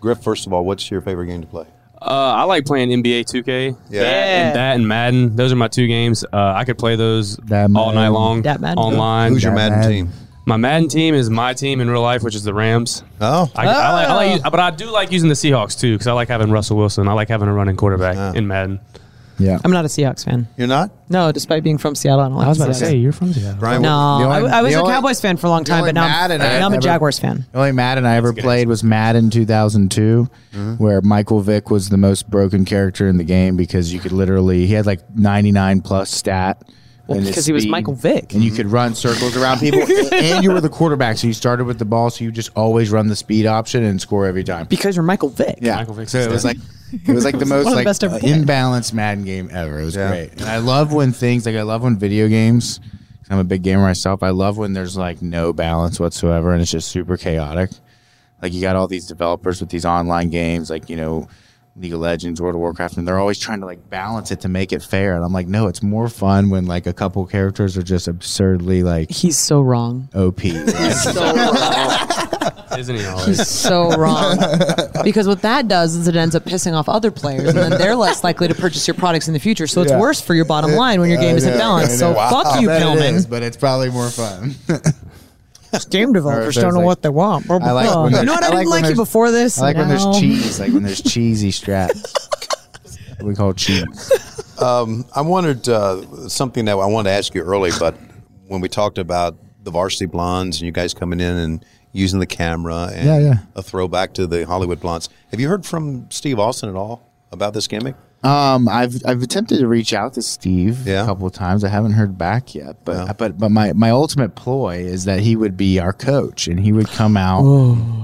Speaker 2: Griff first of all what's your favorite game to play
Speaker 4: Uh, I like playing NBA 2K.
Speaker 2: Yeah.
Speaker 4: That, and that and Madden. Those are my two games. Uh, I could play those
Speaker 3: That
Speaker 4: all
Speaker 3: Madden.
Speaker 4: night long
Speaker 1: That Madden.
Speaker 4: online.
Speaker 2: Who's your Madden,
Speaker 3: Madden.
Speaker 2: team?
Speaker 4: my Madden team is my team in real life, which is the Rams.
Speaker 2: Oh,
Speaker 4: I, I like, I like, us- but I do like using the Seahawks too because I like having Russell Wilson. I like having a running quarterback in Madden.
Speaker 3: Yeah.
Speaker 1: I'm not a Seahawks fan.
Speaker 2: you're not.
Speaker 1: No, despite being from Seattle, I don't like the Seahawks.
Speaker 4: you're from Seattle.
Speaker 2: Brian,
Speaker 1: No,
Speaker 3: The only-
Speaker 1: I, I was
Speaker 3: the
Speaker 1: a
Speaker 3: only-
Speaker 1: Cowboys fan for a long
Speaker 3: the
Speaker 1: time,
Speaker 3: only
Speaker 1: but now, I'm,
Speaker 3: Madden I
Speaker 1: now I'm a
Speaker 3: ever-
Speaker 1: Jaguars fan.
Speaker 3: The only Madden I ever played was Madden 2002, where Michael Vick was the most broken character in the game because you could literally he had like 99 plus stat.
Speaker 1: Well,
Speaker 3: and his
Speaker 1: because he was Michael Vick.
Speaker 3: and you could run circles around people, and you were the quarterback, so you started with the ball, so you just always run the speed option and score every time.
Speaker 1: Because you're Michael Vick.
Speaker 3: Yeah,
Speaker 4: Michael Vick's
Speaker 3: so it was
Speaker 4: dead.
Speaker 3: like it was like the most
Speaker 1: one of the
Speaker 3: like
Speaker 1: best ever
Speaker 3: uh,
Speaker 1: played.
Speaker 3: imbalanced Madden game ever. It was
Speaker 2: Yeah.
Speaker 3: great, and I love when things like I love when video games. 'cause I'm a big gamer myself. I love when there's like no balance whatsoever, and it's just super chaotic. Like you got all these developers with these online games, like you know. League of Legends, World of Warcraft, and they're always trying to like balance it to make it fair. And I'm like, no, it's more fun when like a couple characters are just absurdly like
Speaker 1: He's so wrong.
Speaker 3: OP. Like,
Speaker 4: Isn't he
Speaker 1: He's
Speaker 4: always?
Speaker 1: so wrong. because what that does is it ends up pissing off other players, and then they're less likely to purchase your products in the future. So it's
Speaker 3: Yeah.
Speaker 1: worse for your bottom line when your game isn't balanced. So fuck you,
Speaker 3: I bet it is,
Speaker 1: Pillman.
Speaker 3: but it's probably more fun.
Speaker 1: Game developers
Speaker 3: Or
Speaker 1: don't know
Speaker 3: there's
Speaker 1: what they want. Blah,
Speaker 3: I like
Speaker 1: blah, blah.
Speaker 3: when
Speaker 1: you
Speaker 3: there's-
Speaker 1: know what? I,
Speaker 3: I like
Speaker 1: didn't
Speaker 3: when
Speaker 1: like you
Speaker 3: there's-
Speaker 1: before this.
Speaker 3: I like when
Speaker 1: now-
Speaker 3: there's cheese, like when there's cheesy straps. we call it cheese.
Speaker 2: I wondered uh, something that I wanted to ask you early, but when we talked about the Varsity Blondes and you guys coming in and using the camera and
Speaker 3: Yeah, yeah.
Speaker 2: a throwback to the Hollywood Blondes, have you heard from Steve Austin at all about this gimmick?
Speaker 3: Um, I've I've attempted to reach out to Steve
Speaker 2: Yeah.
Speaker 3: a couple of times. I haven't heard back yet, but but but my my ultimate ploy is that he would be our coach and he would come out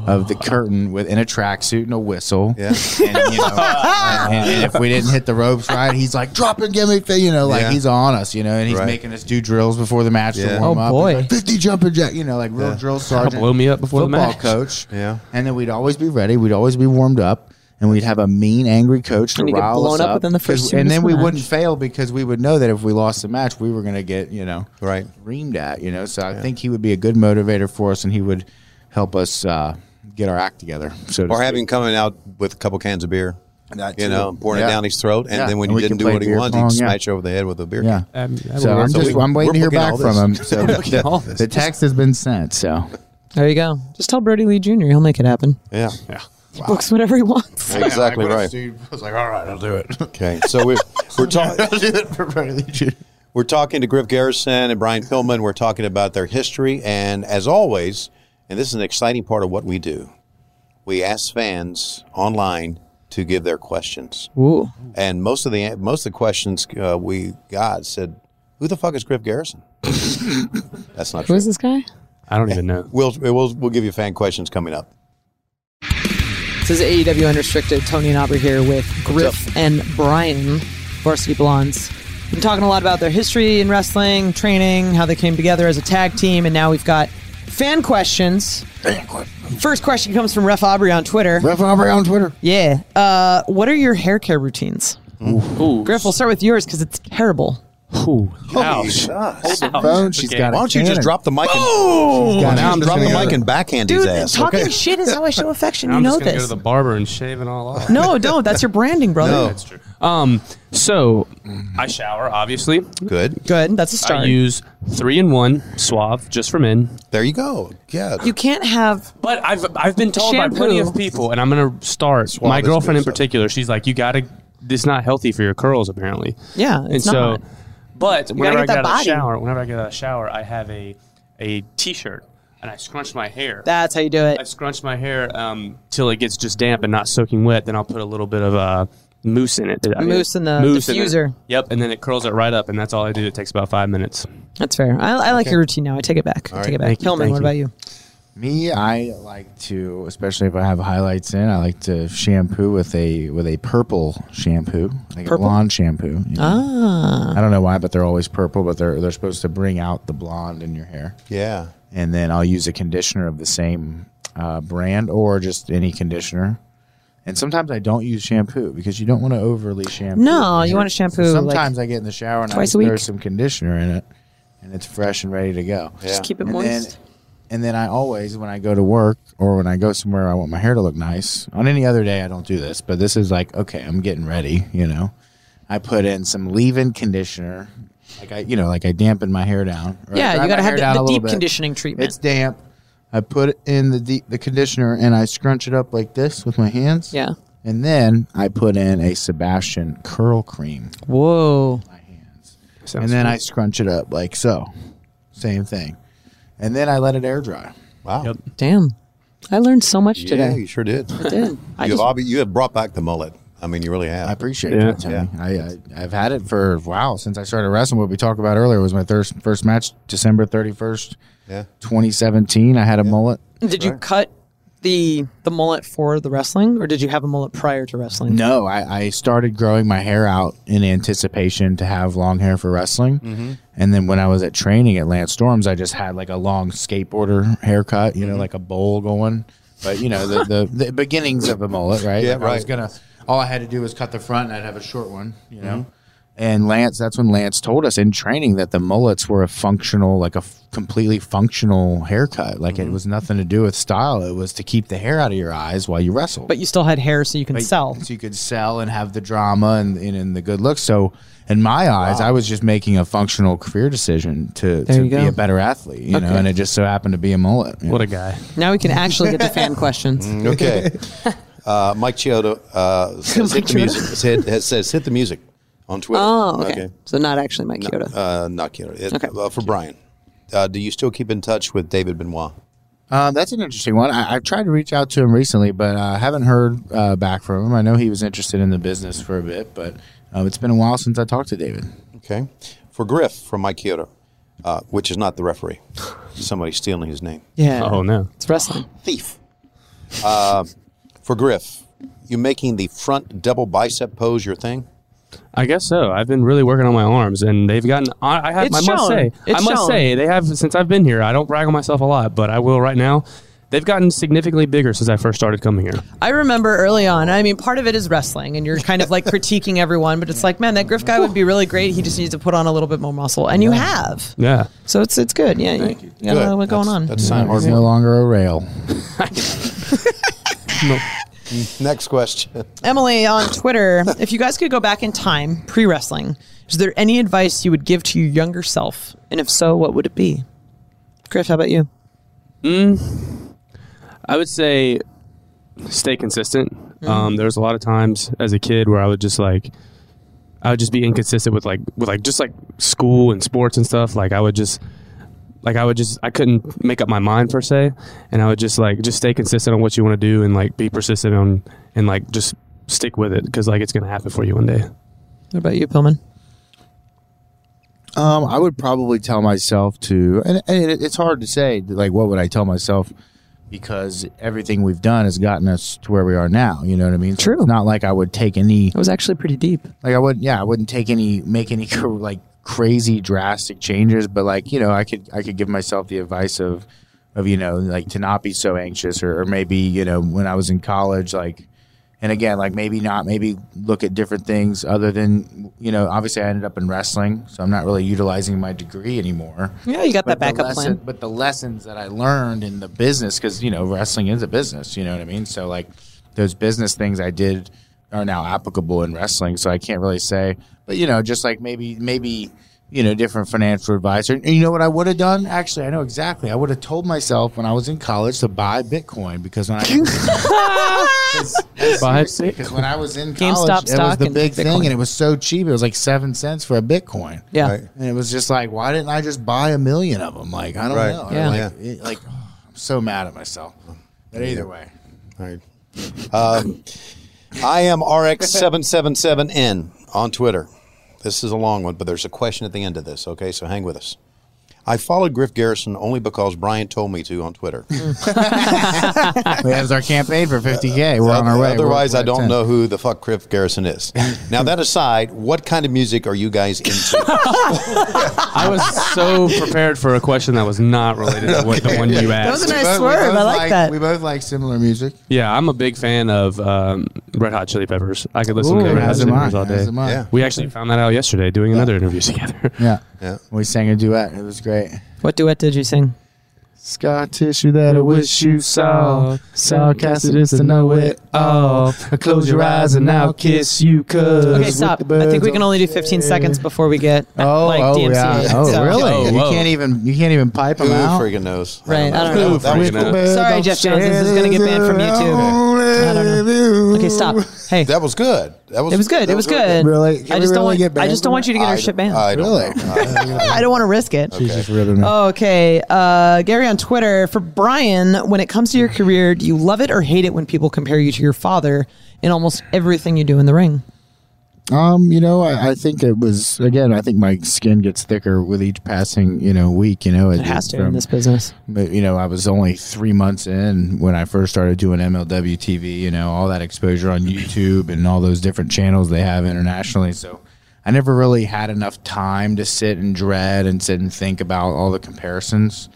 Speaker 3: of the curtain with in a tracksuit and a whistle.
Speaker 2: Yeah.
Speaker 3: And, you know, and, and if we didn't hit the ropes right, he's like dropping gimmick, thing," you know, like
Speaker 2: Yeah.
Speaker 3: he's on us, you know, and he's
Speaker 2: Right.
Speaker 3: making us do drills before the match
Speaker 2: Yeah.
Speaker 3: to warm
Speaker 1: Oh,
Speaker 3: up.
Speaker 1: boy.
Speaker 3: He's like, fifty jumping jack, you know, like real drill sergeant.
Speaker 4: blow me up before the
Speaker 3: football
Speaker 4: match.
Speaker 3: coach.
Speaker 2: Yeah.
Speaker 3: and then we'd always be ready. We'd always be warmed up. And we'd have a mean, angry coach to
Speaker 1: And you get
Speaker 3: rile
Speaker 1: blown
Speaker 3: us
Speaker 1: up within the first
Speaker 3: 'Cause-
Speaker 1: two
Speaker 3: and then
Speaker 1: minutes
Speaker 3: we
Speaker 1: of the
Speaker 3: wouldn't fail because we would know that if we lost the match, we were going to get you know
Speaker 2: Right.
Speaker 3: reamed at. You know, so I think he would be a good motivator for us, and he would help us uh, get our act together. So to
Speaker 2: Or
Speaker 3: speak.
Speaker 2: having coming out with a couple cans of beer,
Speaker 3: That
Speaker 2: you
Speaker 3: too.
Speaker 2: know, pouring it
Speaker 3: Yeah.
Speaker 2: down his throat, and
Speaker 3: Yeah.
Speaker 2: then when
Speaker 3: And we
Speaker 2: you didn't
Speaker 3: can
Speaker 2: do
Speaker 3: play
Speaker 2: what he
Speaker 3: beer
Speaker 2: wanted,
Speaker 3: pong,
Speaker 2: he'd
Speaker 3: yeah.
Speaker 2: smash you over the head with a beer.
Speaker 3: yeah.
Speaker 2: can.
Speaker 4: Um, that
Speaker 3: so
Speaker 4: would-
Speaker 3: I'm
Speaker 2: so
Speaker 3: just
Speaker 2: we-
Speaker 3: I'm waiting to
Speaker 2: we're
Speaker 3: hear
Speaker 2: booking
Speaker 3: back
Speaker 2: all
Speaker 3: from him.
Speaker 2: this.
Speaker 3: So
Speaker 4: all
Speaker 3: the,
Speaker 4: this.
Speaker 3: the text has been sent. So
Speaker 1: There you go. Just tell Brody Lee Jr. He'll make it happen.
Speaker 2: Yeah,
Speaker 1: He books whatever he wants.
Speaker 2: exactly right.
Speaker 3: I was like, all right, I'll do it.
Speaker 2: Okay, so we're we're talking.
Speaker 3: Legion.
Speaker 2: We're talking to Griff Garrison and Brian Pillman. We're talking about their history. And as always, and this is an exciting part of what we do, we ask fans online to give their questions.
Speaker 1: Ooh.
Speaker 2: And most of the most of the questions uh, we got said, "Who the fuck is Griff Garrison?" That's not
Speaker 1: Who
Speaker 2: true.
Speaker 1: is this guy?
Speaker 4: I don't even know.
Speaker 2: We'll, we'll we'll give you fan questions coming up.
Speaker 1: This is
Speaker 3: E
Speaker 1: AEW Unrestricted. Tony and Aubrey here with Griff and Brian, Varsity Blondes. Been talking a lot about their history in wrestling, training, how they came together as a tag team, and now we've got fan questions. First question comes from Ref Aubrey on Twitter.
Speaker 3: Ref Aubrey on Twitter.
Speaker 1: Yeah. Uh, what are your hair care routines? Griff, we'll start with yours because it's terrible.
Speaker 4: Ooh, ouch.
Speaker 2: Gosh.
Speaker 3: Phone. She's
Speaker 4: Okay.
Speaker 3: got.
Speaker 2: Why don't you just drop the mic? And,
Speaker 3: Got it.
Speaker 2: now I'm
Speaker 3: She's
Speaker 2: drop the
Speaker 3: gonna go
Speaker 2: mic
Speaker 3: to-
Speaker 2: and backhand his
Speaker 1: Dude,
Speaker 2: ass.
Speaker 1: talking
Speaker 2: okay?
Speaker 1: shit is how I show affection. you
Speaker 4: I'm
Speaker 1: know
Speaker 4: just gonna go
Speaker 1: this.
Speaker 4: to the barber and shave it all off.
Speaker 1: no, don't. That's your branding, brother.
Speaker 2: No.
Speaker 4: Um, so I shower obviously.
Speaker 2: Good.
Speaker 1: Good. That's a start.
Speaker 4: I use three in one Suave just for men.
Speaker 2: There you go. Yeah.
Speaker 1: you can't have
Speaker 4: But I've I've been told by plenty
Speaker 1: Shampoo.
Speaker 4: of people, and I'm gonna start.
Speaker 2: Swallow
Speaker 4: my
Speaker 2: this
Speaker 4: girlfriend in
Speaker 2: bitch up.
Speaker 4: particular, she's like, you gotta. It's not healthy for your curls, apparently.
Speaker 1: Yeah,
Speaker 4: and
Speaker 1: it's
Speaker 4: so,
Speaker 1: not.
Speaker 4: but whenever I
Speaker 1: get
Speaker 4: get
Speaker 1: that
Speaker 4: out of the
Speaker 1: body.
Speaker 4: shower, whenever I get out of the shower, I have a a t-shirt and I scrunch my hair.
Speaker 1: that's how you do it.
Speaker 4: I scrunch my hair um, till it gets just damp and not soaking wet. Then I'll put a little bit of uh, mousse in it. that I-
Speaker 1: Mousse in the
Speaker 4: in it.
Speaker 1: diffuser.
Speaker 4: yep, and then it curls it right up, and that's all I do. It takes about five minutes.
Speaker 1: That's fair. I, I like your routine now. I take it back. I take it back.
Speaker 4: Thank you,
Speaker 1: Hillman,
Speaker 4: thank
Speaker 1: what
Speaker 4: you.
Speaker 1: about you?
Speaker 3: Me, I like to, especially if I have highlights in, I like to shampoo with a with a purple shampoo, like a blonde shampoo. you know.
Speaker 1: Ah.
Speaker 3: I don't know why, but they're always purple, but they're they're supposed to bring out the blonde in your hair.
Speaker 2: Yeah.
Speaker 3: And then I'll use a conditioner of the same uh, brand or just any conditioner. And sometimes I don't use shampoo because you don't want to overly shampoo.
Speaker 1: No,
Speaker 3: your
Speaker 1: you
Speaker 3: hair.
Speaker 1: wanna shampoo, like,
Speaker 3: sometimes I get in the shower and I
Speaker 1: twice
Speaker 3: just
Speaker 1: a week.
Speaker 3: throw some conditioner in it, and it's fresh and ready to go.
Speaker 2: Yeah.
Speaker 1: Just keep it
Speaker 3: And
Speaker 1: moist.
Speaker 3: then And then I always, when I go to work or when I go somewhere, I want my hair to look nice. On any other day, I don't do this, but this is like, okay, I'm getting ready, you know. I put in some leave-in conditioner, like I, you know, like I dampen my hair down. or I
Speaker 1: Yeah,
Speaker 3: dry
Speaker 1: you
Speaker 3: my
Speaker 1: got to
Speaker 3: hair
Speaker 1: have
Speaker 3: down
Speaker 1: the,
Speaker 3: a
Speaker 1: the
Speaker 3: little
Speaker 1: deep
Speaker 3: bit.
Speaker 1: conditioning treatment.
Speaker 3: It's damp. I put in the deep, the conditioner and I scrunch it up like this with my hands.
Speaker 1: yeah.
Speaker 3: And then I put in a Sebastian curl cream.
Speaker 1: Whoa.
Speaker 3: and then I scrunch it up like so. Same thing. And then I let it air dry.
Speaker 2: Wow.
Speaker 1: Damn. I learned so much
Speaker 2: Yeah,
Speaker 1: today.
Speaker 2: you sure did.
Speaker 1: Did. I
Speaker 2: you,
Speaker 1: just,
Speaker 2: have obvi- you have brought back the mullet. I mean, you really have.
Speaker 3: I appreciate
Speaker 4: Yeah.
Speaker 3: that, Tony. I, I, I've had it for, wow, since I started wrestling. What we talked about earlier was my first, first match, December 31st,
Speaker 2: yeah.
Speaker 3: 2017. I had a mullet.
Speaker 1: did you cut the the mullet for the wrestling, or did you have a mullet prior to wrestling?
Speaker 3: No, I, I started growing my hair out in anticipation to have long hair for wrestling.
Speaker 2: Mm-hmm.
Speaker 3: And then when I was at training at Lance Storms, I just had like a long skateboarder haircut, you
Speaker 2: Mm-hmm.
Speaker 3: know, like a bowl going. But you know, the, the, the beginnings of a mullet, right?
Speaker 2: Yeah,
Speaker 3: Like, I was
Speaker 2: right.
Speaker 3: gonna. All I had to do was cut the front, and I'd have a short one, you know.
Speaker 2: Mm-hmm.
Speaker 3: And Lance, that's when Lance told us in training that the mullets were a functional, like a f- completely functional haircut. Like
Speaker 2: Mm-hmm.
Speaker 3: it was nothing to do with style. It was to keep the hair out of your eyes while you wrestled
Speaker 1: But you still had hair, so you can
Speaker 3: but-
Speaker 1: sell.
Speaker 3: So you could sell and have the drama and and, and the good looks. So in my eyes, I was just making a functional career decision to,
Speaker 1: There you
Speaker 3: to be
Speaker 1: go.
Speaker 3: a better athlete, you know,
Speaker 1: Okay.
Speaker 3: and it just so happened to be a mullet. you
Speaker 4: What
Speaker 3: know.
Speaker 4: a guy.
Speaker 1: Now we can actually get to fan questions.
Speaker 2: Okay. uh, Mike Chiodo uh, says, hit the music. Said, has, says hit the music on Twitter.
Speaker 1: Oh, okay. So not actually Mike Kyoto.
Speaker 2: Uh, not Chiodo. It-
Speaker 1: Okay.
Speaker 2: uh, for Brian, uh, do you still keep in touch with David Benoit?
Speaker 3: Um, that's an interesting one. I, I've tried to reach out to him recently, but I uh, haven't heard uh, back from him. I know he was interested in the business for a bit, but um, it's been a while since I talked to David.
Speaker 2: Okay. For Griff from Mike Chiodo, uh, which is not the referee, somebody stealing his name.
Speaker 1: yeah.
Speaker 4: Oh no.
Speaker 1: It's wrestling.
Speaker 2: thief. Uh, for Griff, you making the front double bicep pose your thing?
Speaker 4: I guess so. I've been really working on my arms, and they've gotten. I, I have.
Speaker 1: It's
Speaker 4: I must
Speaker 1: shown.
Speaker 4: say.
Speaker 1: It's
Speaker 4: I must
Speaker 1: shown.
Speaker 4: say they have since I've been here. I don't brag on myself a lot, but I will right now. They've gotten significantly bigger since I first started coming here.
Speaker 1: I remember early on. I mean, part of it is wrestling, and you're kind of like critiquing everyone, but it's like, man, that Griff guy would be really great. He just needs to put on a little bit more muscle, and you have.
Speaker 4: Yeah.
Speaker 1: So it's it's good. Yeah, you, you gotta know what's going on.
Speaker 2: That's a sign.
Speaker 3: He's no longer a rail.
Speaker 2: Next question.
Speaker 1: Emily on Twitter, if you guys could go back in time pre wrestling, is there any advice you would give to your younger self? And if so, what would it be? Griff, how about you?
Speaker 4: I would say stay consistent.
Speaker 3: Mm-hmm.
Speaker 4: Um, there was a lot of times as a kid where I would just like I would just be inconsistent with like with like just like school and sports and stuff. Like I would just like I would just I couldn't make up my mind per se, and I would just like just stay consistent on what you want to do and like be persistent on and like just stick with it because like it's gonna happen for you one day.
Speaker 1: What about you, Pillman?
Speaker 3: Um, I would probably tell myself to, and, and it, it's hard to say, like, what would I tell myself? Because everything we've done has gotten us to where we are now. You know what I mean? So
Speaker 1: True.
Speaker 3: it's not like I would take any,
Speaker 1: It was actually pretty deep.
Speaker 3: like, I wouldn't, yeah, I wouldn't take any, make any, like, crazy drastic changes, but, like, you know, I could, I could give myself the advice of, of, you know, like, to not be so anxious, or, or maybe, you know, when I was in college, like, and again, like maybe not, maybe look at different things other than, you know, obviously I ended up in wrestling, so I'm not really utilizing my degree anymore.
Speaker 1: Yeah, you got that
Speaker 3: the
Speaker 1: backup
Speaker 3: lesson-
Speaker 1: plan.
Speaker 3: But the lessons that I learned in the business, because, you know, wrestling is a business, you know what I mean? So, like, those business things I did are now applicable in wrestling. So I can't really say, but, you know, just like maybe, maybe, you know, different financial advisor. And you know what I would have done? Actually, I know exactly. I would have told myself when I was in college to buy Bitcoin because when I.
Speaker 4: Buy
Speaker 3: Because when I was in
Speaker 1: GameStop
Speaker 3: college, it was
Speaker 1: stock
Speaker 3: the
Speaker 1: and
Speaker 3: big
Speaker 1: Bitcoin.
Speaker 3: thing, and it was so cheap. It was like seven cents for a Bitcoin.
Speaker 1: Yeah.
Speaker 2: Right.
Speaker 3: And it was just like, why didn't I just buy a million of them? Like, I don't
Speaker 2: Right.
Speaker 3: know.
Speaker 1: Yeah.
Speaker 3: Like,
Speaker 2: Yeah.
Speaker 3: it- like, I'm so mad at myself. But either way,
Speaker 2: All right. Um, I am RX777N on Twitter. This is a long one, but there's a question at the end of this, okay? So hang with us. I followed Griff Garrison only because Brian told me to on Twitter.
Speaker 1: Hmm.
Speaker 3: we have our campaign for 50K. We're on our way.
Speaker 2: Otherwise,
Speaker 3: We're-
Speaker 2: I don't
Speaker 3: we're at 10.
Speaker 2: know who the fuck Griff Garrison is. now, that aside, what kind of music are you guys into?
Speaker 4: I was so prepared for a question that was not related to what the one you
Speaker 1: That was
Speaker 4: asked.
Speaker 1: a nice
Speaker 3: But we
Speaker 1: swerve.
Speaker 3: both
Speaker 1: I like, that.
Speaker 3: We both like similar music.
Speaker 4: Yeah, I'm a big fan of um, Red Hot Chili Peppers. I could listen to
Speaker 3: Ooh,
Speaker 4: Red Hot
Speaker 3: as
Speaker 4: Chili
Speaker 3: am I.
Speaker 4: Peppers all day.
Speaker 3: As am I.
Speaker 2: Yeah.
Speaker 4: We actually found that out yesterday doing another interview together.
Speaker 3: Yeah.
Speaker 2: Yeah.
Speaker 3: We sang a duet. It was great.
Speaker 1: what duet did you sing?
Speaker 3: Scar tissue that I wish you saw. Sarcastic is to know it all. Close your eyes and I'll kiss you, cuz.
Speaker 1: Okay,
Speaker 3: with
Speaker 1: stop.
Speaker 3: the
Speaker 1: I
Speaker 3: birds
Speaker 1: think we can
Speaker 3: on-
Speaker 1: only do 15 seconds before we get
Speaker 3: Oh,
Speaker 1: like
Speaker 3: oh
Speaker 1: DMCA.
Speaker 3: yeah. Oh,
Speaker 1: So-
Speaker 3: really?
Speaker 4: Oh,
Speaker 3: you
Speaker 4: whoa.
Speaker 3: can't even you can't even pipe
Speaker 2: Who
Speaker 3: them out.
Speaker 2: freaking knows?
Speaker 1: Right, I don't know. Who
Speaker 2: That was
Speaker 4: freaking
Speaker 2: cool.
Speaker 3: Oh,
Speaker 4: knows?
Speaker 1: Sorry, Jeff Jones, this is gonna get banned from
Speaker 3: YouTube.
Speaker 1: I don't know. Okay, stop. Hey,
Speaker 2: That was good. That was
Speaker 1: it was good.
Speaker 2: that
Speaker 1: It was good.
Speaker 3: Really? Can
Speaker 1: I
Speaker 3: we
Speaker 1: just don't
Speaker 3: really
Speaker 1: want.
Speaker 3: get
Speaker 1: I
Speaker 3: banned
Speaker 1: just don't
Speaker 3: for
Speaker 1: want you to get
Speaker 2: I-
Speaker 1: our shit banned.
Speaker 2: I don't
Speaker 3: Really?
Speaker 2: know. I-
Speaker 1: I don't want to risk it.
Speaker 3: She's just ribbing me.
Speaker 1: Okay, uh, Gary on Twitter for Brian. When it comes to your career, do you love it or hate it when people compare you to your father in almost everything you do in the ring?
Speaker 3: Um, you know, I, I think it was again. I think my skin gets thicker with each passing, you know, week. You know,
Speaker 1: It has to in this business.
Speaker 3: but, you know, I was only three months in when I first started doing MLW TV, you know, all that exposure on YouTube and all those different channels they have internationally. So I never really had enough time to sit and dread and sit and think about all the comparisons.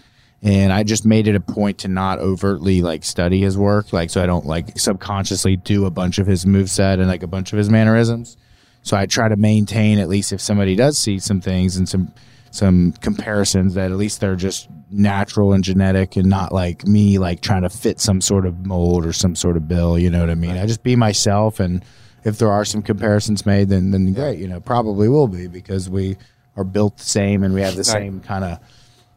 Speaker 3: And I just made it a point to not overtly like study his work, like so I don't like subconsciously do a bunch of his moveset and like a bunch of his mannerisms. So I try to maintain at least if somebody does see some things and some some comparisons that at least they're just natural and genetic and not like me like trying to fit some sort of mold or some sort of bill, you know what I mean? I just be myself and if there are some comparisons made then then great, you know, probably will be because we are built the same and we have the same kind of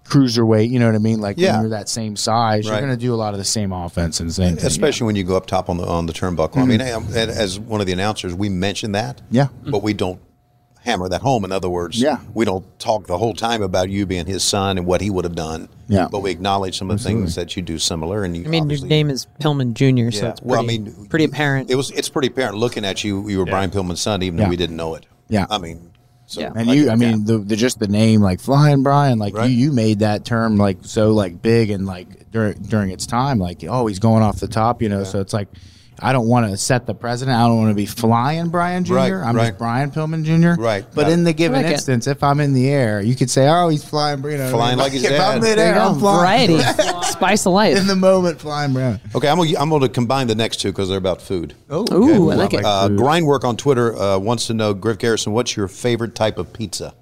Speaker 3: cruiserweight, you know what I mean? Like
Speaker 2: Yeah.
Speaker 3: when you're that same size,
Speaker 2: Right.
Speaker 3: you're going to do a lot of the same offense and same thing.
Speaker 2: Especially when you go up top on the on the turnbuckle.
Speaker 1: Hmm.
Speaker 2: I mean, I- I- as one of the announcers, we mention that.
Speaker 3: Yeah.
Speaker 2: But we don't hammer that home. In other words,
Speaker 3: Yeah.
Speaker 2: we don't talk the whole time about you being his son and what he would have done.
Speaker 3: Yeah.
Speaker 2: But we acknowledge some of the things that you do similar. And you
Speaker 1: I mean, your
Speaker 2: obviously-
Speaker 1: name is Pillman Jr., so
Speaker 2: Yeah.
Speaker 1: it's pretty, pretty apparent.
Speaker 2: It was. It's pretty apparent looking at you. You were Brian Pillman's son, even
Speaker 3: Yeah.
Speaker 2: though we didn't know it.
Speaker 3: Yeah.
Speaker 2: I mean, so
Speaker 1: Yeah.
Speaker 3: And you, I mean, the, the just the name, like Flying Brian, like
Speaker 2: Right.
Speaker 3: you, you made that term like so like big and like during during its time, like oh he's going off the top, you know. So it's like I don't want to set the president. I don't want to be flying Brian Jr.
Speaker 2: Right,
Speaker 3: I'm
Speaker 2: right.
Speaker 3: just Brian Pillman Jr.
Speaker 2: Right.
Speaker 3: But
Speaker 2: Yeah.
Speaker 3: in the given
Speaker 1: like it.
Speaker 3: instance, if I'm in the air, you could say oh he's flying, you know,
Speaker 2: Flying like his
Speaker 3: if
Speaker 2: dad.
Speaker 3: I'm in
Speaker 2: There
Speaker 3: air, I'm flying.
Speaker 1: variety, spice of life.
Speaker 3: In the moment, flying Brian.
Speaker 2: okay, I'm gonna, I'm going to combine the next two because they're about food.
Speaker 3: Oh,
Speaker 1: Ooh, I like it.
Speaker 2: Uh, Grindwork on Twitter uh, wants to know, Griff Garrison, what's your favorite type of pizza?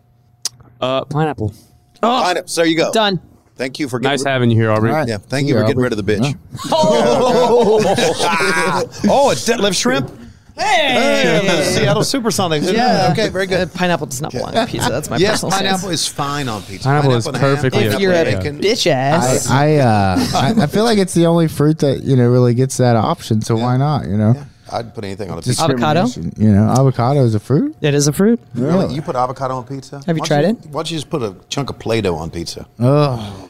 Speaker 4: Uh, pineapple.
Speaker 2: Line up. So there you go.
Speaker 1: Oh, Done.
Speaker 2: Thank you for getting
Speaker 4: Nice
Speaker 2: rid-
Speaker 4: having you here, Aubrey.
Speaker 3: All right.
Speaker 2: Yeah, thank you
Speaker 3: Yeah,
Speaker 2: for getting
Speaker 3: Albert.
Speaker 2: rid of the bitch. oh, it's deadlift shrimp. Hey, Seattle Supersonics.
Speaker 1: Yeah.
Speaker 2: Okay, very
Speaker 1: Uh,
Speaker 2: good.
Speaker 1: pineapple does not belong on pizza. That's my
Speaker 2: Yes,
Speaker 1: personal
Speaker 2: pineapple
Speaker 1: stance.
Speaker 2: is fine on pizza.
Speaker 4: Pineapple is
Speaker 2: and ham,
Speaker 4: perfectly
Speaker 2: pineapple
Speaker 1: If you're
Speaker 2: and
Speaker 1: a
Speaker 2: bacon.
Speaker 1: bitch ass,
Speaker 3: I I, uh, I I feel like it's the only fruit that you know really gets that option. So why not? You know,
Speaker 2: I'd put anything on a pizza.
Speaker 1: Avocado?
Speaker 3: Discrimination, You know, avocado is a fruit.
Speaker 1: it is a fruit.
Speaker 2: Really? You put avocado on pizza?
Speaker 1: Have you
Speaker 2: Why don't
Speaker 1: tried it?
Speaker 2: Why don't you just put a chunk of Play-Doh on pizza?
Speaker 3: Oh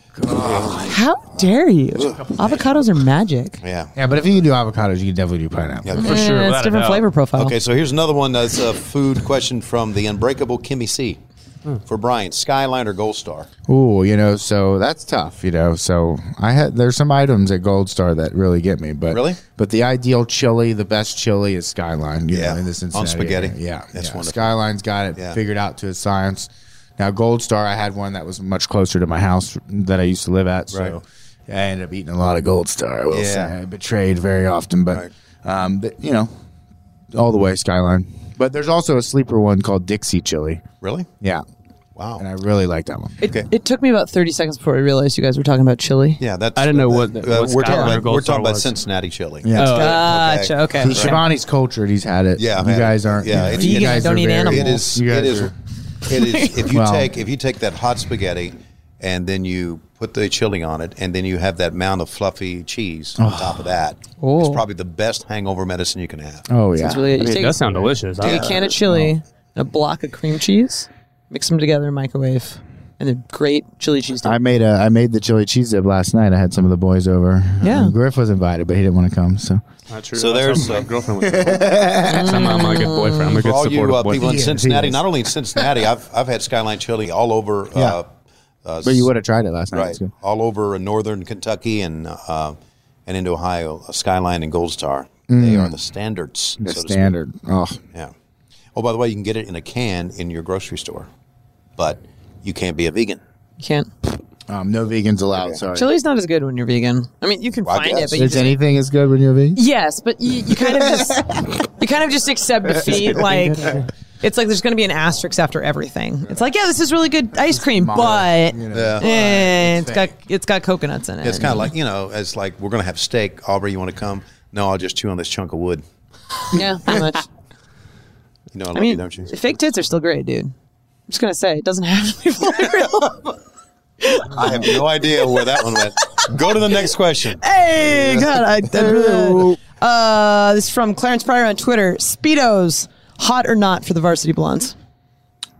Speaker 1: How dare you? Avocados are magic.
Speaker 2: Yeah.
Speaker 3: yeah, but if you can do avocados, you can definitely do pineapple.
Speaker 2: Yeah.
Speaker 4: For sure.
Speaker 1: Eh,
Speaker 4: without
Speaker 1: it's
Speaker 4: a
Speaker 1: different
Speaker 4: doubt.
Speaker 1: flavor profile.
Speaker 2: Okay, so here's another one that's a food question from the unbreakable Kimmy C.
Speaker 4: Hmm.
Speaker 2: For Brian, Skyline or Gold Star?
Speaker 3: Ooh, you know, so that's tough. You know, so I had there's some items at Gold Star that really get me, but
Speaker 2: Really?
Speaker 3: but the ideal chili, the best chili is Skyline. You
Speaker 2: Yeah,
Speaker 3: know, in this
Speaker 2: on
Speaker 3: Cincinnati
Speaker 2: spaghetti.
Speaker 3: area. Yeah,
Speaker 2: That's
Speaker 3: yeah.
Speaker 2: wonderful.
Speaker 3: Skyline's got it
Speaker 2: Yeah.
Speaker 3: figured out to a science. Now Gold Star, I had one that was much closer to my house that I used to live at, so
Speaker 2: Right.
Speaker 3: I ended up eating a lot of Gold Star. I will
Speaker 2: Yeah.
Speaker 3: say I betrayed very often, but um, but, you know, all the way Skyline. But there's also a sleeper one called Dixie Chili.
Speaker 2: Really?
Speaker 3: Yeah,
Speaker 2: Wow.
Speaker 3: and I really like that one.
Speaker 1: It,
Speaker 2: Okay.
Speaker 1: it took me about 30 seconds before I realized you guys were talking about chili.
Speaker 2: yeah, that's. uh,
Speaker 4: I didn't know what- what
Speaker 2: we're
Speaker 4: Skyline
Speaker 2: talking
Speaker 4: or
Speaker 2: about.
Speaker 4: Gold
Speaker 2: We're
Speaker 4: Star
Speaker 2: talking about
Speaker 4: was. Oh.
Speaker 2: Cincinnati chili.
Speaker 3: Yeah.
Speaker 1: Gotcha. Okay.
Speaker 3: See, Shivani's cultured. He's had it.
Speaker 2: Yeah, I've
Speaker 3: you
Speaker 2: had
Speaker 3: guys
Speaker 2: it.
Speaker 3: aren't.
Speaker 2: Yeah,
Speaker 3: you
Speaker 2: it's- Vegans
Speaker 3: guys
Speaker 1: don't
Speaker 3: are
Speaker 1: eat
Speaker 3: very-
Speaker 1: animals.
Speaker 2: It is.
Speaker 3: You guys
Speaker 2: It is.
Speaker 3: are-
Speaker 2: It is. If you
Speaker 3: Well-
Speaker 2: take if you take that hot spaghetti, and then you put the chili on it, and then you have that mound of fluffy cheese
Speaker 3: Oh.
Speaker 2: on top of that,
Speaker 4: Oh.
Speaker 2: it's probably the best hangover medicine you can have.
Speaker 3: Oh yeah.
Speaker 1: It's really, you
Speaker 4: I mean, it
Speaker 1: take,
Speaker 4: does sound delicious. I-
Speaker 1: take a can of chili, and a block of cream cheese, mix them together in microwave, and a great chili cheese dip.
Speaker 3: I made a I made the chili cheese dip last night. I had some of the boys over.
Speaker 1: Yeah.
Speaker 3: Um, Griff was invited, but he didn't want to come. So
Speaker 4: Not true.
Speaker 2: So
Speaker 4: That's
Speaker 2: there's,
Speaker 4: how my
Speaker 2: uh,
Speaker 4: girlfriend. Was Somehow I'm a good boyfriend. I'm a
Speaker 2: For
Speaker 4: good
Speaker 2: all you
Speaker 4: supportive
Speaker 2: uh, people in
Speaker 4: boyfriend.
Speaker 3: Yeah,
Speaker 2: Cincinnati,
Speaker 3: geez.
Speaker 2: not only in Cincinnati, I've I've had Skyline Chili all over. Uh, uh,
Speaker 3: but you would have tried it last night.
Speaker 2: right
Speaker 3: It's good.
Speaker 2: all over northern Kentucky and uh, and into Ohio. uh, Skyline and Gold Star, they are Mm. the standards.
Speaker 3: The
Speaker 2: so to speak.
Speaker 3: standard. Oh,
Speaker 2: Yeah. Oh, by the way, you can get it in a can in your grocery store, but you can't be a vegan.
Speaker 1: you can't.
Speaker 3: um, no vegans allowed. Sorry.
Speaker 1: Chili's not as good when you're vegan. I mean, you can
Speaker 2: Well, I
Speaker 1: find it,
Speaker 2: guess.
Speaker 1: but you
Speaker 3: Is
Speaker 1: just,
Speaker 3: anything as good when you're vegan?
Speaker 1: yes, but you, you kind of just you kind of just accept defeat. Like It's like there's going to be an asterisk after everything. It's like, yeah, this is really good ice cream, but
Speaker 3: You know,
Speaker 2: Yeah.
Speaker 1: eh, it's got
Speaker 3: fake.
Speaker 1: it's got coconuts in it.
Speaker 2: It's kind of like you know, it's like we're gonna have steak. Aubrey, you want to come? No, I'll just chew on this chunk of wood.
Speaker 1: yeah, pretty much.
Speaker 2: You know, I love
Speaker 1: I mean,
Speaker 2: you, don't you?
Speaker 1: fake tits are still great, dude. I'm just gonna say it doesn't have to be fully real.
Speaker 2: I have no idea where that one went. Go to the next question.
Speaker 1: hey, God, I, I really- uh, this is from Clarence Pryor on Twitter. Speedos, hot or not for the varsity blondes?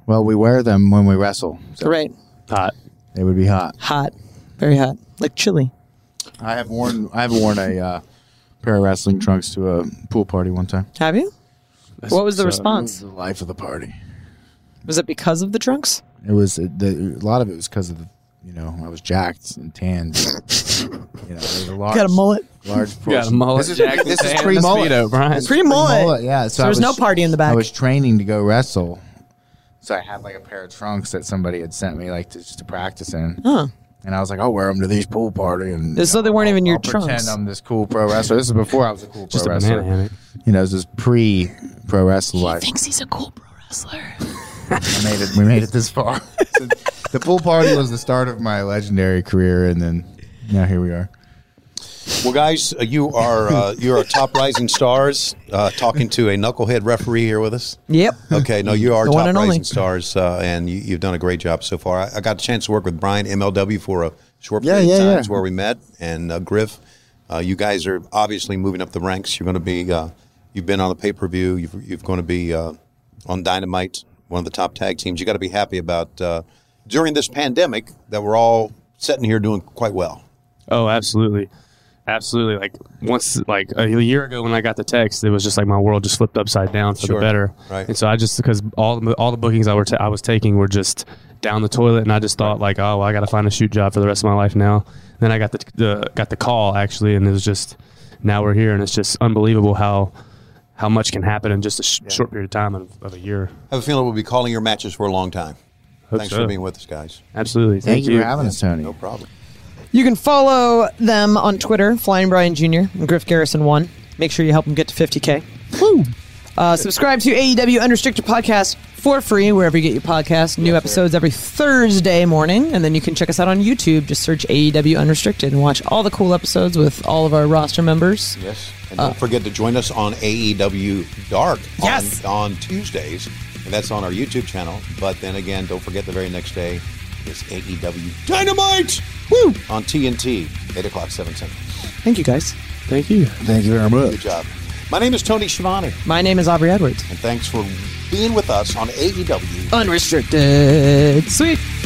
Speaker 3: Well, we wear them when we wrestle. So
Speaker 1: Right,
Speaker 4: Hot.
Speaker 3: They would be hot.
Speaker 1: hot, very hot, like chili.
Speaker 3: I have worn I have worn a uh, pair of wrestling trunks to a pool party one time.
Speaker 1: Have you? What was the response?
Speaker 3: The life of the party.
Speaker 1: Was it because of the trunks?
Speaker 3: It was uh, the, a lot of it was because of the you know I was jacked and tanned. you know, there's a large
Speaker 1: Got a mullet.
Speaker 3: Large
Speaker 4: You got a
Speaker 3: portion-
Speaker 4: mullet.
Speaker 3: This is,
Speaker 4: Jack
Speaker 3: this is
Speaker 4: and
Speaker 3: pre
Speaker 4: the
Speaker 3: mullet.
Speaker 4: Speedo, Brian.
Speaker 1: Pre mullet.
Speaker 3: mullet, yeah. So
Speaker 1: there
Speaker 3: I
Speaker 1: was, no party in the back.
Speaker 3: I was training to go wrestle, so I had like a pair of trunks that somebody had sent me, like to, just to practice in.
Speaker 1: Huh.
Speaker 3: And I was like, I'll wear them to these pool party, and
Speaker 1: So they weren't
Speaker 3: I'll-
Speaker 1: even your
Speaker 3: I'll pretend
Speaker 1: trunks.
Speaker 3: I'm this cool pro wrestler. This is before I was a cool
Speaker 4: Just a
Speaker 3: pro
Speaker 4: banana
Speaker 3: wrestler.
Speaker 4: hammock.
Speaker 3: You know, this is pre pro wrestler life.
Speaker 1: thinks he's a cool pro wrestler.
Speaker 3: I made it. We made it this far. So the pool party was the start of my legendary career, and then now here we are.
Speaker 2: Well, guys, uh, you are uh, you are top rising stars. Uh, talking to a knucklehead referee here with us.
Speaker 1: Yep.
Speaker 2: Okay, no, you are
Speaker 1: The one
Speaker 2: top
Speaker 1: and
Speaker 2: rising
Speaker 1: only.
Speaker 2: stars, uh, and you, you've done a great job so far. I, I got a chance to work with Brian MLW for a short
Speaker 3: Yeah,
Speaker 2: period
Speaker 3: yeah,
Speaker 2: of time.
Speaker 3: yeah.
Speaker 2: It's where we met, and uh, Griff. Uh, you guys are obviously moving up the ranks. You're going to be. Uh, you've been on the pay per view. You've, you've going to be uh, on Dynamite, one of the top tag teams. You got to be happy about uh, during this pandemic that we're all sitting here doing quite well.
Speaker 4: Oh, absolutely, absolutely. Like once, like a year ago when I got the text, it was just like my world just flipped upside down for
Speaker 2: Sure.
Speaker 4: the better.
Speaker 2: Right.
Speaker 4: And so I just because all the, all the bookings I were ta- I was taking were just down the toilet, and I just thought like, oh, well, I got to find a shoot job for the rest of my life now. Then I got the, the got the call actually, and it was just now we're here, and it's just unbelievable how how much can happen in just a sh- short period of time of, of a year.
Speaker 2: I have a feeling we'll be calling your matches for a long time. Thanks for
Speaker 4: so.
Speaker 2: being with us, guys.
Speaker 4: Absolutely.
Speaker 3: Thank, you for having us, Tony.
Speaker 2: No problem.
Speaker 1: You can follow them on Twitter, Flying Brian Jr. and Griff Garrison One. Make sure you help them get to 50k. Woo! Uh, subscribe to AEW Unrestricted Podcast for free wherever you get your podcast. New episodes every Thursday morning, and then you can check us out on YouTube. Just search AEW Unrestricted and watch all the cool episodes with all of our roster members.
Speaker 2: Yes. And
Speaker 1: Uh,
Speaker 2: don't forget to join us on AEW Dark on,
Speaker 1: Yes.
Speaker 2: on Tuesdays. And that's on our YouTube channel. But then again, don't forget the very next day is AEW Dynamite
Speaker 1: Woo!
Speaker 2: on TNT, 8 o'clock, 7 central.
Speaker 1: Thank you guys.
Speaker 4: Thank you.
Speaker 3: Thank you very much.
Speaker 2: Good job. My name is Tony Schiavone,
Speaker 1: My name is Aubrey Edwards.
Speaker 2: E and thanks for being with us on AEW
Speaker 1: Unrestricted. Sweet.